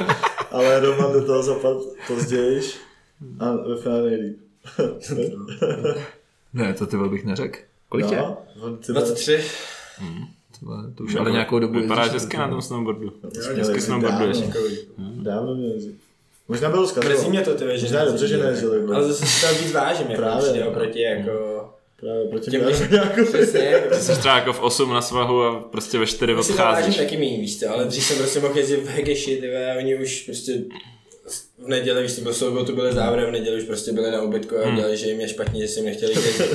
ale Roman do toho zapad později a ve finále nejlíp. Ne, to ty vole bych neřekl. Kolik je? No, on ty 23. Ty vole, To už ale nějakou dobu No, Vypadá jezdíš na hezky to. na tom snowboardu. měli Hezky jezdit snowboarduješ. dávno. Takový. Dávno měl jezdit. Možná bylo Mrzí zkazilo. mě to, ty že Možná je dobře, že nejezdil tak Ale dlouho. zase si to víc vážím, jako Právě, Právě, no. oproti jako... Právě proti Těm mě lidem- nějakou Přesně, jako, Jsi třeba jako v 8 na svahu a prostě ve 4 si to vážím odcházíš. taky méně, víš co, ale dřív jsem prostě mohl jezdit v Hegeši, ty vole, a oni už prostě v neděli, víš, to bylo sobotu, byly závody, a v neděli už prostě byli na obytku Hmm. a dělali, že jim je špatně, že si jim nechtěli jezdit.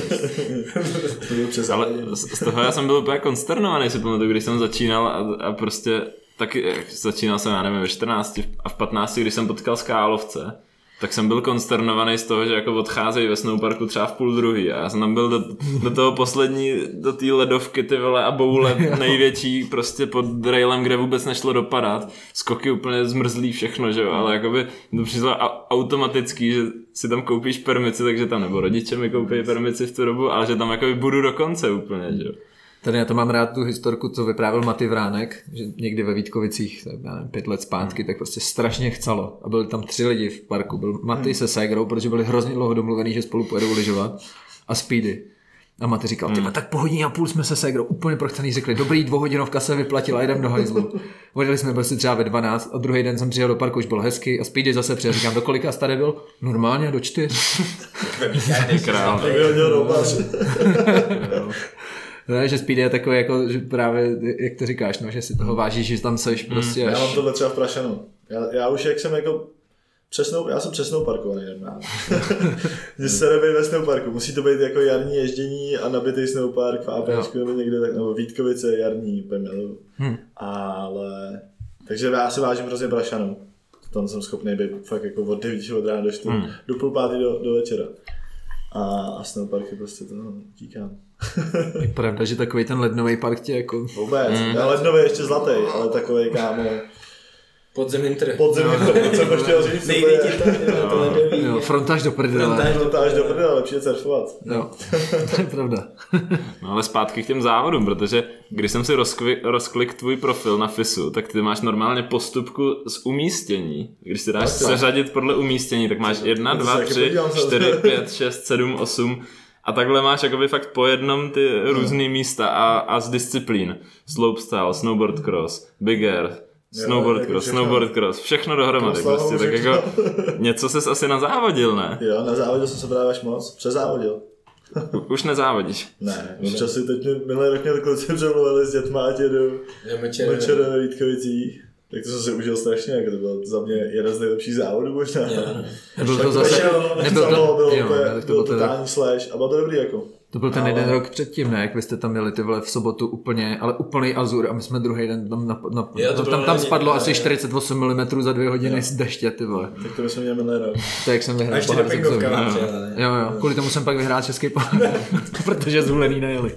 To bylo přes Ale z z toho já jsem byl úplně konsternovaný, si pamatuju, když jsem začínal a, a prostě taky eh, začínal jsem, já nevím, ve 14 a v 15, když jsem potkal skálovce, tak jsem byl konsternovaný z toho, že jako odcházejí ve snowparku třeba v půl druhý a já jsem tam byl do, do toho poslední, do té ledovky ty vole a boule největší prostě pod railem, kde vůbec nešlo dopadat. Skoky úplně zmrzlý všechno, že jo, ale jakoby to přišlo a- automatický, že si tam koupíš permici, takže tam nebo rodiče mi koupí permici v tu dobu, ale že tam jakoby budu do konce úplně, že jo. Tady já to mám rád tu historku, co vyprávěl Maty Vránek, že někdy ve Vítkovicích, tak já nevím, pět let Hmm. zpátky, tak prostě strašně chcelo. A byli tam tři lidi v parku. Byl Maty Hmm. se Segrou, protože byli hrozně dlouho domluvený, že spolu pojedou lyžovat. A Speedy. A Maty říkal, hmm. tak po hodině a půl jsme se Segrou úplně prochcený řekli, dobrý dvouhodinovka se vyplatila, jdem do hajzlu. Odjeli jsme prostě třeba ve 12 a druhý den jsem přijel do parku, už bylo hezky a Speedy zase přijel, říkám, do kolika jsi tady byl? Normálně do čtyř. Král. Vyhodil robař. Ne, že Speedy je takový, jako, že právě, jak to říkáš, no, že si toho vážíš, že tam seš prostě Hmm, Já mám až... tohle třeba v Prašanu. Já, já už jak jsem jako přesnou, já jsem přesnou parkovaný normálně. Mně se nebejt ve snowparku. Musí to být jako jarní ježdění a nabitý snowpark v APčku nebo někde tak, nebo Vítkovice jarní, úplně miluju. Hm. Ale, takže já si vážím hrozně Prašanu. Tam jsem schopný být fakt jako od 9 od rána do 4, hmm. do půl pátý do, do večera. A, a snowparky prostě to no, tíkám. Je pravda, že takový ten lednový park tě jako... Vůbec. Hmm. Lednový je ještě zlatý, ale takový kámo. Podzemní trh. Podzemní, to jsem to chtěl říct. Nejde to je- ti to, ty vole, to ledový. Jo, frontáž do prdele. Frontáž. Frontáž do prdele, lepší je surfovat. Jo, to je pravda. No ale zpátky k těm závodům, protože když jsem si rozkvi, rozklik tvůj profil na FISu, tak ty máš normálně postupku z umístění. Když si dáš seřadit podle umístění, tak máš 1, To se 2, taky 3, podívám se. 4, 5, 6, 7, 8 a takhle máš jakoby fakt po jednom ty Hmm. různý místa a, a z disciplín. Slopestyle, snowboard cross, big air, snowboard jako cross, všechno. snowboard cross, všechno dohromady Krosslavu, prostě, tak všechno. jako něco ses asi nazávodil, ne? Jo, nezávodil jsem se právě až moc. Přezávodil. U, už nezávodíš. Ne, občas si teď mě, minulý rok mě kluci přemluvili s dětma, ať jedu Jo, mečer. večer ve Vítkovicích. Tak to jsem si užil strašně, jako to byl za mě jeden z nejlepších závodů možná. Nebyl to Zase, zase... šel, Nebyl to, to... bylo Jo, ne, úplně, tak to byl byl ten... totální slash a bylo to dobrý jako. To byl ten Ale- jeden rok předtím, ne? Jak vy jste tam jeli ty vole v sobotu úplně, ale úplný azur a my jsme druhý den tam na, na, Jo, to tam, bylo tam, tam lidi, spadlo ne? asi 48 mm za dvě hodiny z deště, ty vole. Tak to bychom měli minulý rok. To je, jak jsem vyhrál. A ještě do pohár s Exovi. pengovka vám přijel. ne? Jo, jo, kvůli tomu jsem pak vyhrál český pohár, protože zvolený nejeli.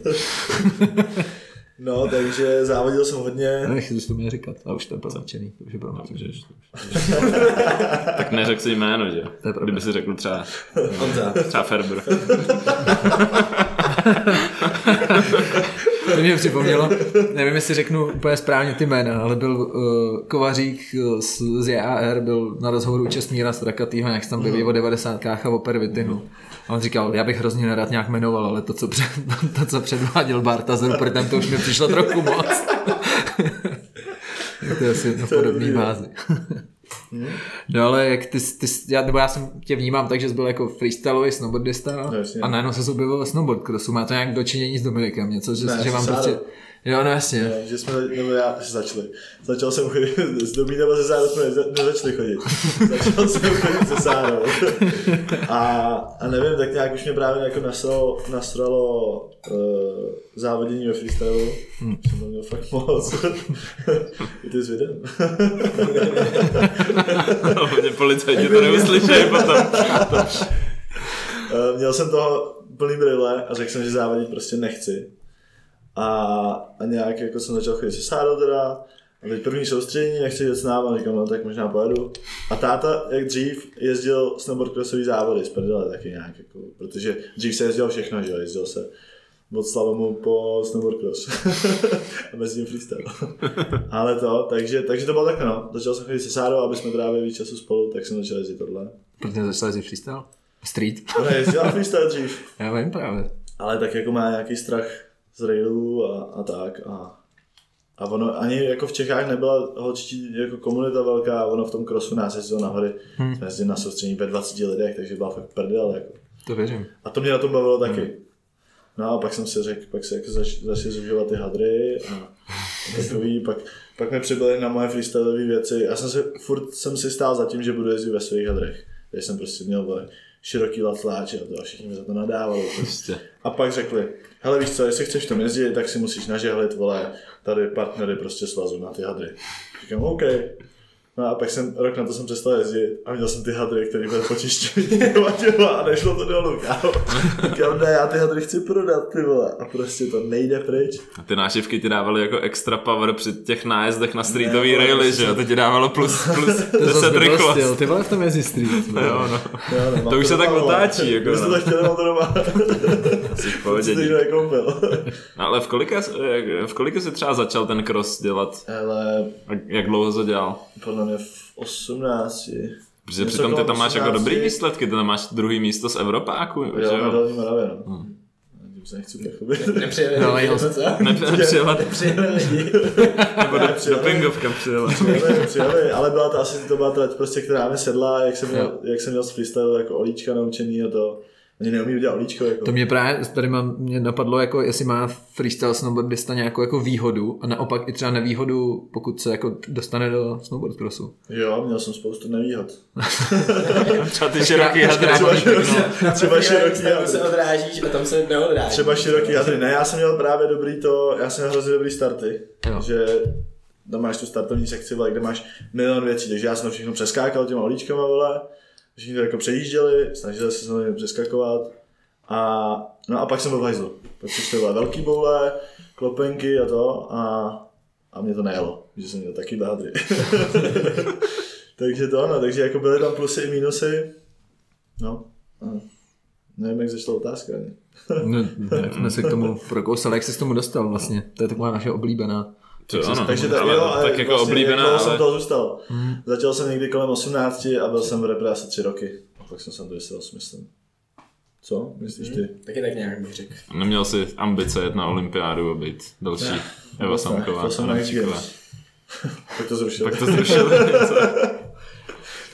No, takže závodil jsem hodně. Nech, už to mě říkat, a už to je prozamčený, to už je prozamčený. Můžeš. tak neřekl si jméno, že? To je pravda. Kdyby si řekl třeba, Honza. třeba Ferber. To mě připomnělo, nevím, jestli řeknu úplně správně ty jména, ale byl uh, Kovařík eh, z, z JAR, byl na rozhovoru Česmíra z Rakatýho, jak se tam byli o 90 a o pervitinu. A on říkal, já bych hrozně nerad nějak jmenoval, ale to, co, před, to, co předváděl Barta s Rupertem, to už mi přišlo trochu moc. Tak to je asi na podobný bázi. No ale jak ty, ty já, nebo já jsem tě vnímám tak, že jsi byl jako freestyleový snowboardista No, jasně. a najednou se objevil snowboard crossu. Má to nějak dočinění s Dominikem, něco, že, Ne, že mám s Sárou. prostě... Jo, no jasně. Ne, že jsme, nebo já že začali. Začal jsem chodit, s Domínama ze Sárou jsme neza- nezačali chodit. Začal jsem chodit se Sárou. A, a nevím, tak nějak už mě právě jako nasralo, nasralo uh, závodění ve freestylu. Hmm. Jsem to měl fakt moc. I ty s videem. Mě policajti to neuslyšejí potom. Eh, měl jsem toho plný brýle a řekl jsem, že závodit prostě nechci. A, a nějak jako jsem začal chodit se Sárou teda, a teď první soustředění, nechci jít s náma, říkám, no tak možná pojedu. A táta, jak dřív, jezdil snowboardcrossový závody z prdele taky nějak, jako, protože dřív se jezdil všechno, že jo, jezdil se od slalomu po snowboardcross. a mezi tím freestyle. Ale to, takže, takže to bylo takhle, no. Začal jsem chodit se Sárou, aby jsme trávili víc času spolu, tak jsem začal jezdit tohle. Protože začal jsi freestyle? Street? Ona jezdila freestyle dřív. Já vím právě. ale tak jako má nějaký strach z railů a, a tak a, a ono ani jako v Čechách nebyla holčití jako komunita velká, ono v tom krosu nás jezdilo nahoře, hmm. jsme jezdili na soustředění ve 20 lidech, takže byla fakt prdel jako. To věřím. A to mě na tom bavilo taky. No a pak jsem si řekl, pak se jako zač, začaly zužovat ty hadry a a takový, pak, pak mi přibyly na moje freestyleové věci. Já jsem se, furt jsem si stál za tím, že budu jezdit ve svých hadrech. Kde jsem prostě měl vole, široký latláče a to a všichni mi za to nadávali. Prostě. A pak řekli, hele víš co, jestli chceš tam jezdit, tak si musíš nažehlit, vole, tady partnery prostě svazu na ty hadry. Říkám, OK. No a pak jsem, rok na to jsem přestal jezdit a měl jsem ty hadry, které byly počištěny a nešlo to dolů, kámo. Říkám, ne, já ty hadry chci prodat, ty vole. A prostě to nejde pryč. A ty nášivky ti dávaly jako extra power při těch nájezdech na streetový raily, že jo? To ti dávalo plus, plus To je 10 zase rychlost. styl, ty vole v tom jezdí street. No, vole. jo, no. Jo, nemám To už se tak doma, vole. otáčí, jako, Kdybyste no. to chtěli, mám to doma. Jsi v Co pohodě, to někdo dík. nekoupil. No, ale v kolika, v kolika jsi třeba začal ten cross dělat? Ale A Jak dlouho jsi to dělal? podle mě v 18. Protože Něco přitom ty kolem tam máš jako 18. dobrý výsledky, ty tam máš druhý místo z Evropáku, že Jo, na jo? Hmm. Dolní Moravě, no. Tím se nechci pochlubit. Nepřijeli No, lidi, jo. co? Ne- Přijela, Nepřijeli lidi. nebo do, do Pingovka přijela. Přijeli, přijeli, ale byla to asi to byla trať, prostě, která mi sedla, jak jsem, měl, Jo. jak jsem měl z freestyle jako olíčka naučený a to. Oni neumí udělat olíčko, jako. To mě právě, tady mám, mě napadlo, jako jestli má freestyle snowboardista nějakou jako výhodu a naopak i třeba nevýhodu, pokud se jako dostane do snowboard crossu. Jo, měl jsem spoustu nevýhod. Třeba ty široký hadry. Třeba no. široký, třeba široký Tam hadry. se odrážíš a tam se neodrážíš. Třeba široký hadry. Ne, já jsem měl právě dobrý to, já jsem měl hrozně dobrý starty, Jo. že tam máš tu startovní sekci, vole, kde máš milion věcí, takže já jsem to všechno přeskákal těma olíčkama, vole. Všichni to jako přejížděli, snažili se se mnou přeskakovat. A, no a pak jsem byl v hajzlu. Pak přišly vole, velký boule, klopenky a to a, a mě to nejelo, že jsem měl taky hadry. takže to ano, takže jako byly tam plusy i mínusy. No, ano. nevím, jak začala otázka. ani. No, tak jsme se k tomu prokousali, jak jsi k tomu dostal vlastně. To je taková naše oblíbená. To jo, no. Takže tak, ale jo, ale tak jako vlastně jak oblíbená, dlouho jsem ale... toho zůstal. Začal jsem někdy kolem 18 a byl jsem v repre asi 3 roky. A pak jsem sem do 18, myslím. Co? Myslíš Hmm. ty? Taky tak nějak bych řekl. Neměl si ambice jet na olympiádu a být další. Eva Samková. To jsem Anna na Číková. Tak to zrušil. Tak to zrušili.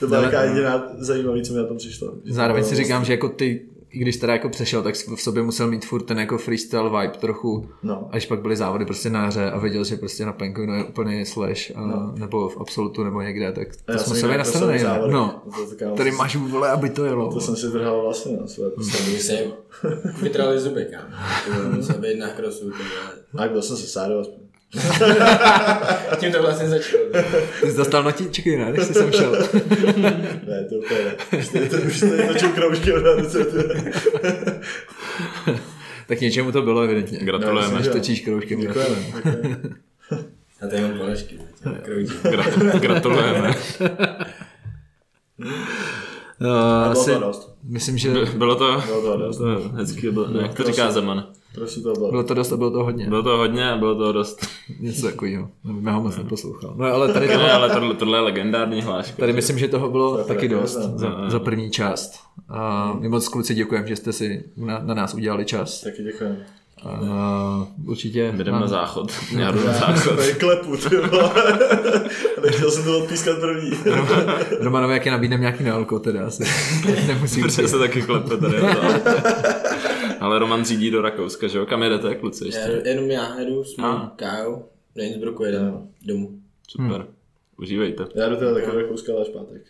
to byla Ale- taková jediná zajímavá, co mi na tom přišlo. Že Zároveň to si bylo- říkám, že jako ty, i když teda jako přešel, tak jsi v sobě musel mít furt ten jako freestyle vibe trochu. No. A když pak byly závody prostě na hře a věděl, že prostě na Penguinu je úplný slash, a, no. nebo v Absolutu nebo někde, tak A to vlastně- já jsme jsem musel být jinak nastavený. prosadil ne? závody. No, To je taková- tady máš vůle, aby to jelo. To jsem si drhal vlastně na své. Jsem se vytrali zuby, kámo. Musel být na krosu. ty vole. A byl jsem se sádou aspoň. A tím to vlastně začalo. Ty jsi dostal notičky, ne? Když jsi sem šel. Ne, to úplně ne. Už tady to, už tady točil kroužky od rádice. tak něčemu to bylo evidentně. Gratulujeme. Když točíš kroužky. Děkujeme. děkujeme. A tady mám ponožky. ty, Kroutí. Gra- Gratulujeme. Uh, Bylo asi, to dost. myslím, že By- Bylo to... Bylo to dost. Bylo to hezký, bylo, ne, jak to říká Zeman. Prosím to bylo. bylo to dost a bylo to hodně. Bylo to hodně a bylo to dost. Něco takového. Nevím, já ho moc neposlouchal. No ale tady, Ne, ale tohle, tohle je legendární hláška. tady myslím, že toho bylo je taky pravda. dost No, za, za první část. Hmm. A my moc kluci děkujeme, že jste si na, na nás udělali čas. Taky děkujeme. A, určitě. Hmm. Jdeme No. mám- na záchod. Já jdu na záchod. Tady klepu, ty vole. Nechtěl jsem to odpískat první. Romanovi, jak je nabídneme nějaký nealko, teda asi. Nemusím Protože se taky klepe tady. ale- Ale Roman řídí do Rakouska, že jo? Kam jedete, kluci? Já Ještě? jdu- Jenom já jedu s mou A. kájou. Do Innsbrucku jedem domů. Super. Hm. Užívejte. Já jdu teda takový Rakouska, ale až pátek.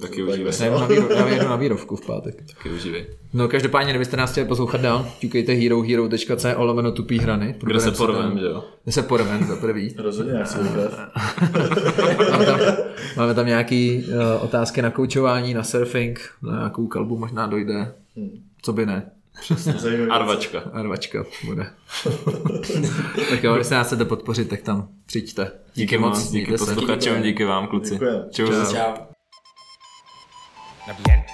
Taky užívej. Já jedu na, výro, já jedu na výrovku v pátek. Taky užívej. No každopádně, kdybyste nás chtěli poslouchat dál, ťukejte herohero.co lomeno tupý hrany. Kde se Probereme porvem, tam- že jo? Kde se porvem za prvý. Rozhodně, já chci krev. Máme tam, máme tam nějaké uh, otázky na koučování, na surfing, na nějakou kalbu možná dojde. Co by ne? Zajímavý. Arvačka. Arvačka bude. tak jo, jestli nás chcete podpořit, tak tam přijďte. Díky, Díky moc, díky mějte se. posluchačům, díky vám, kluci. Děkujeme. Čau. Čau. Nabíjen.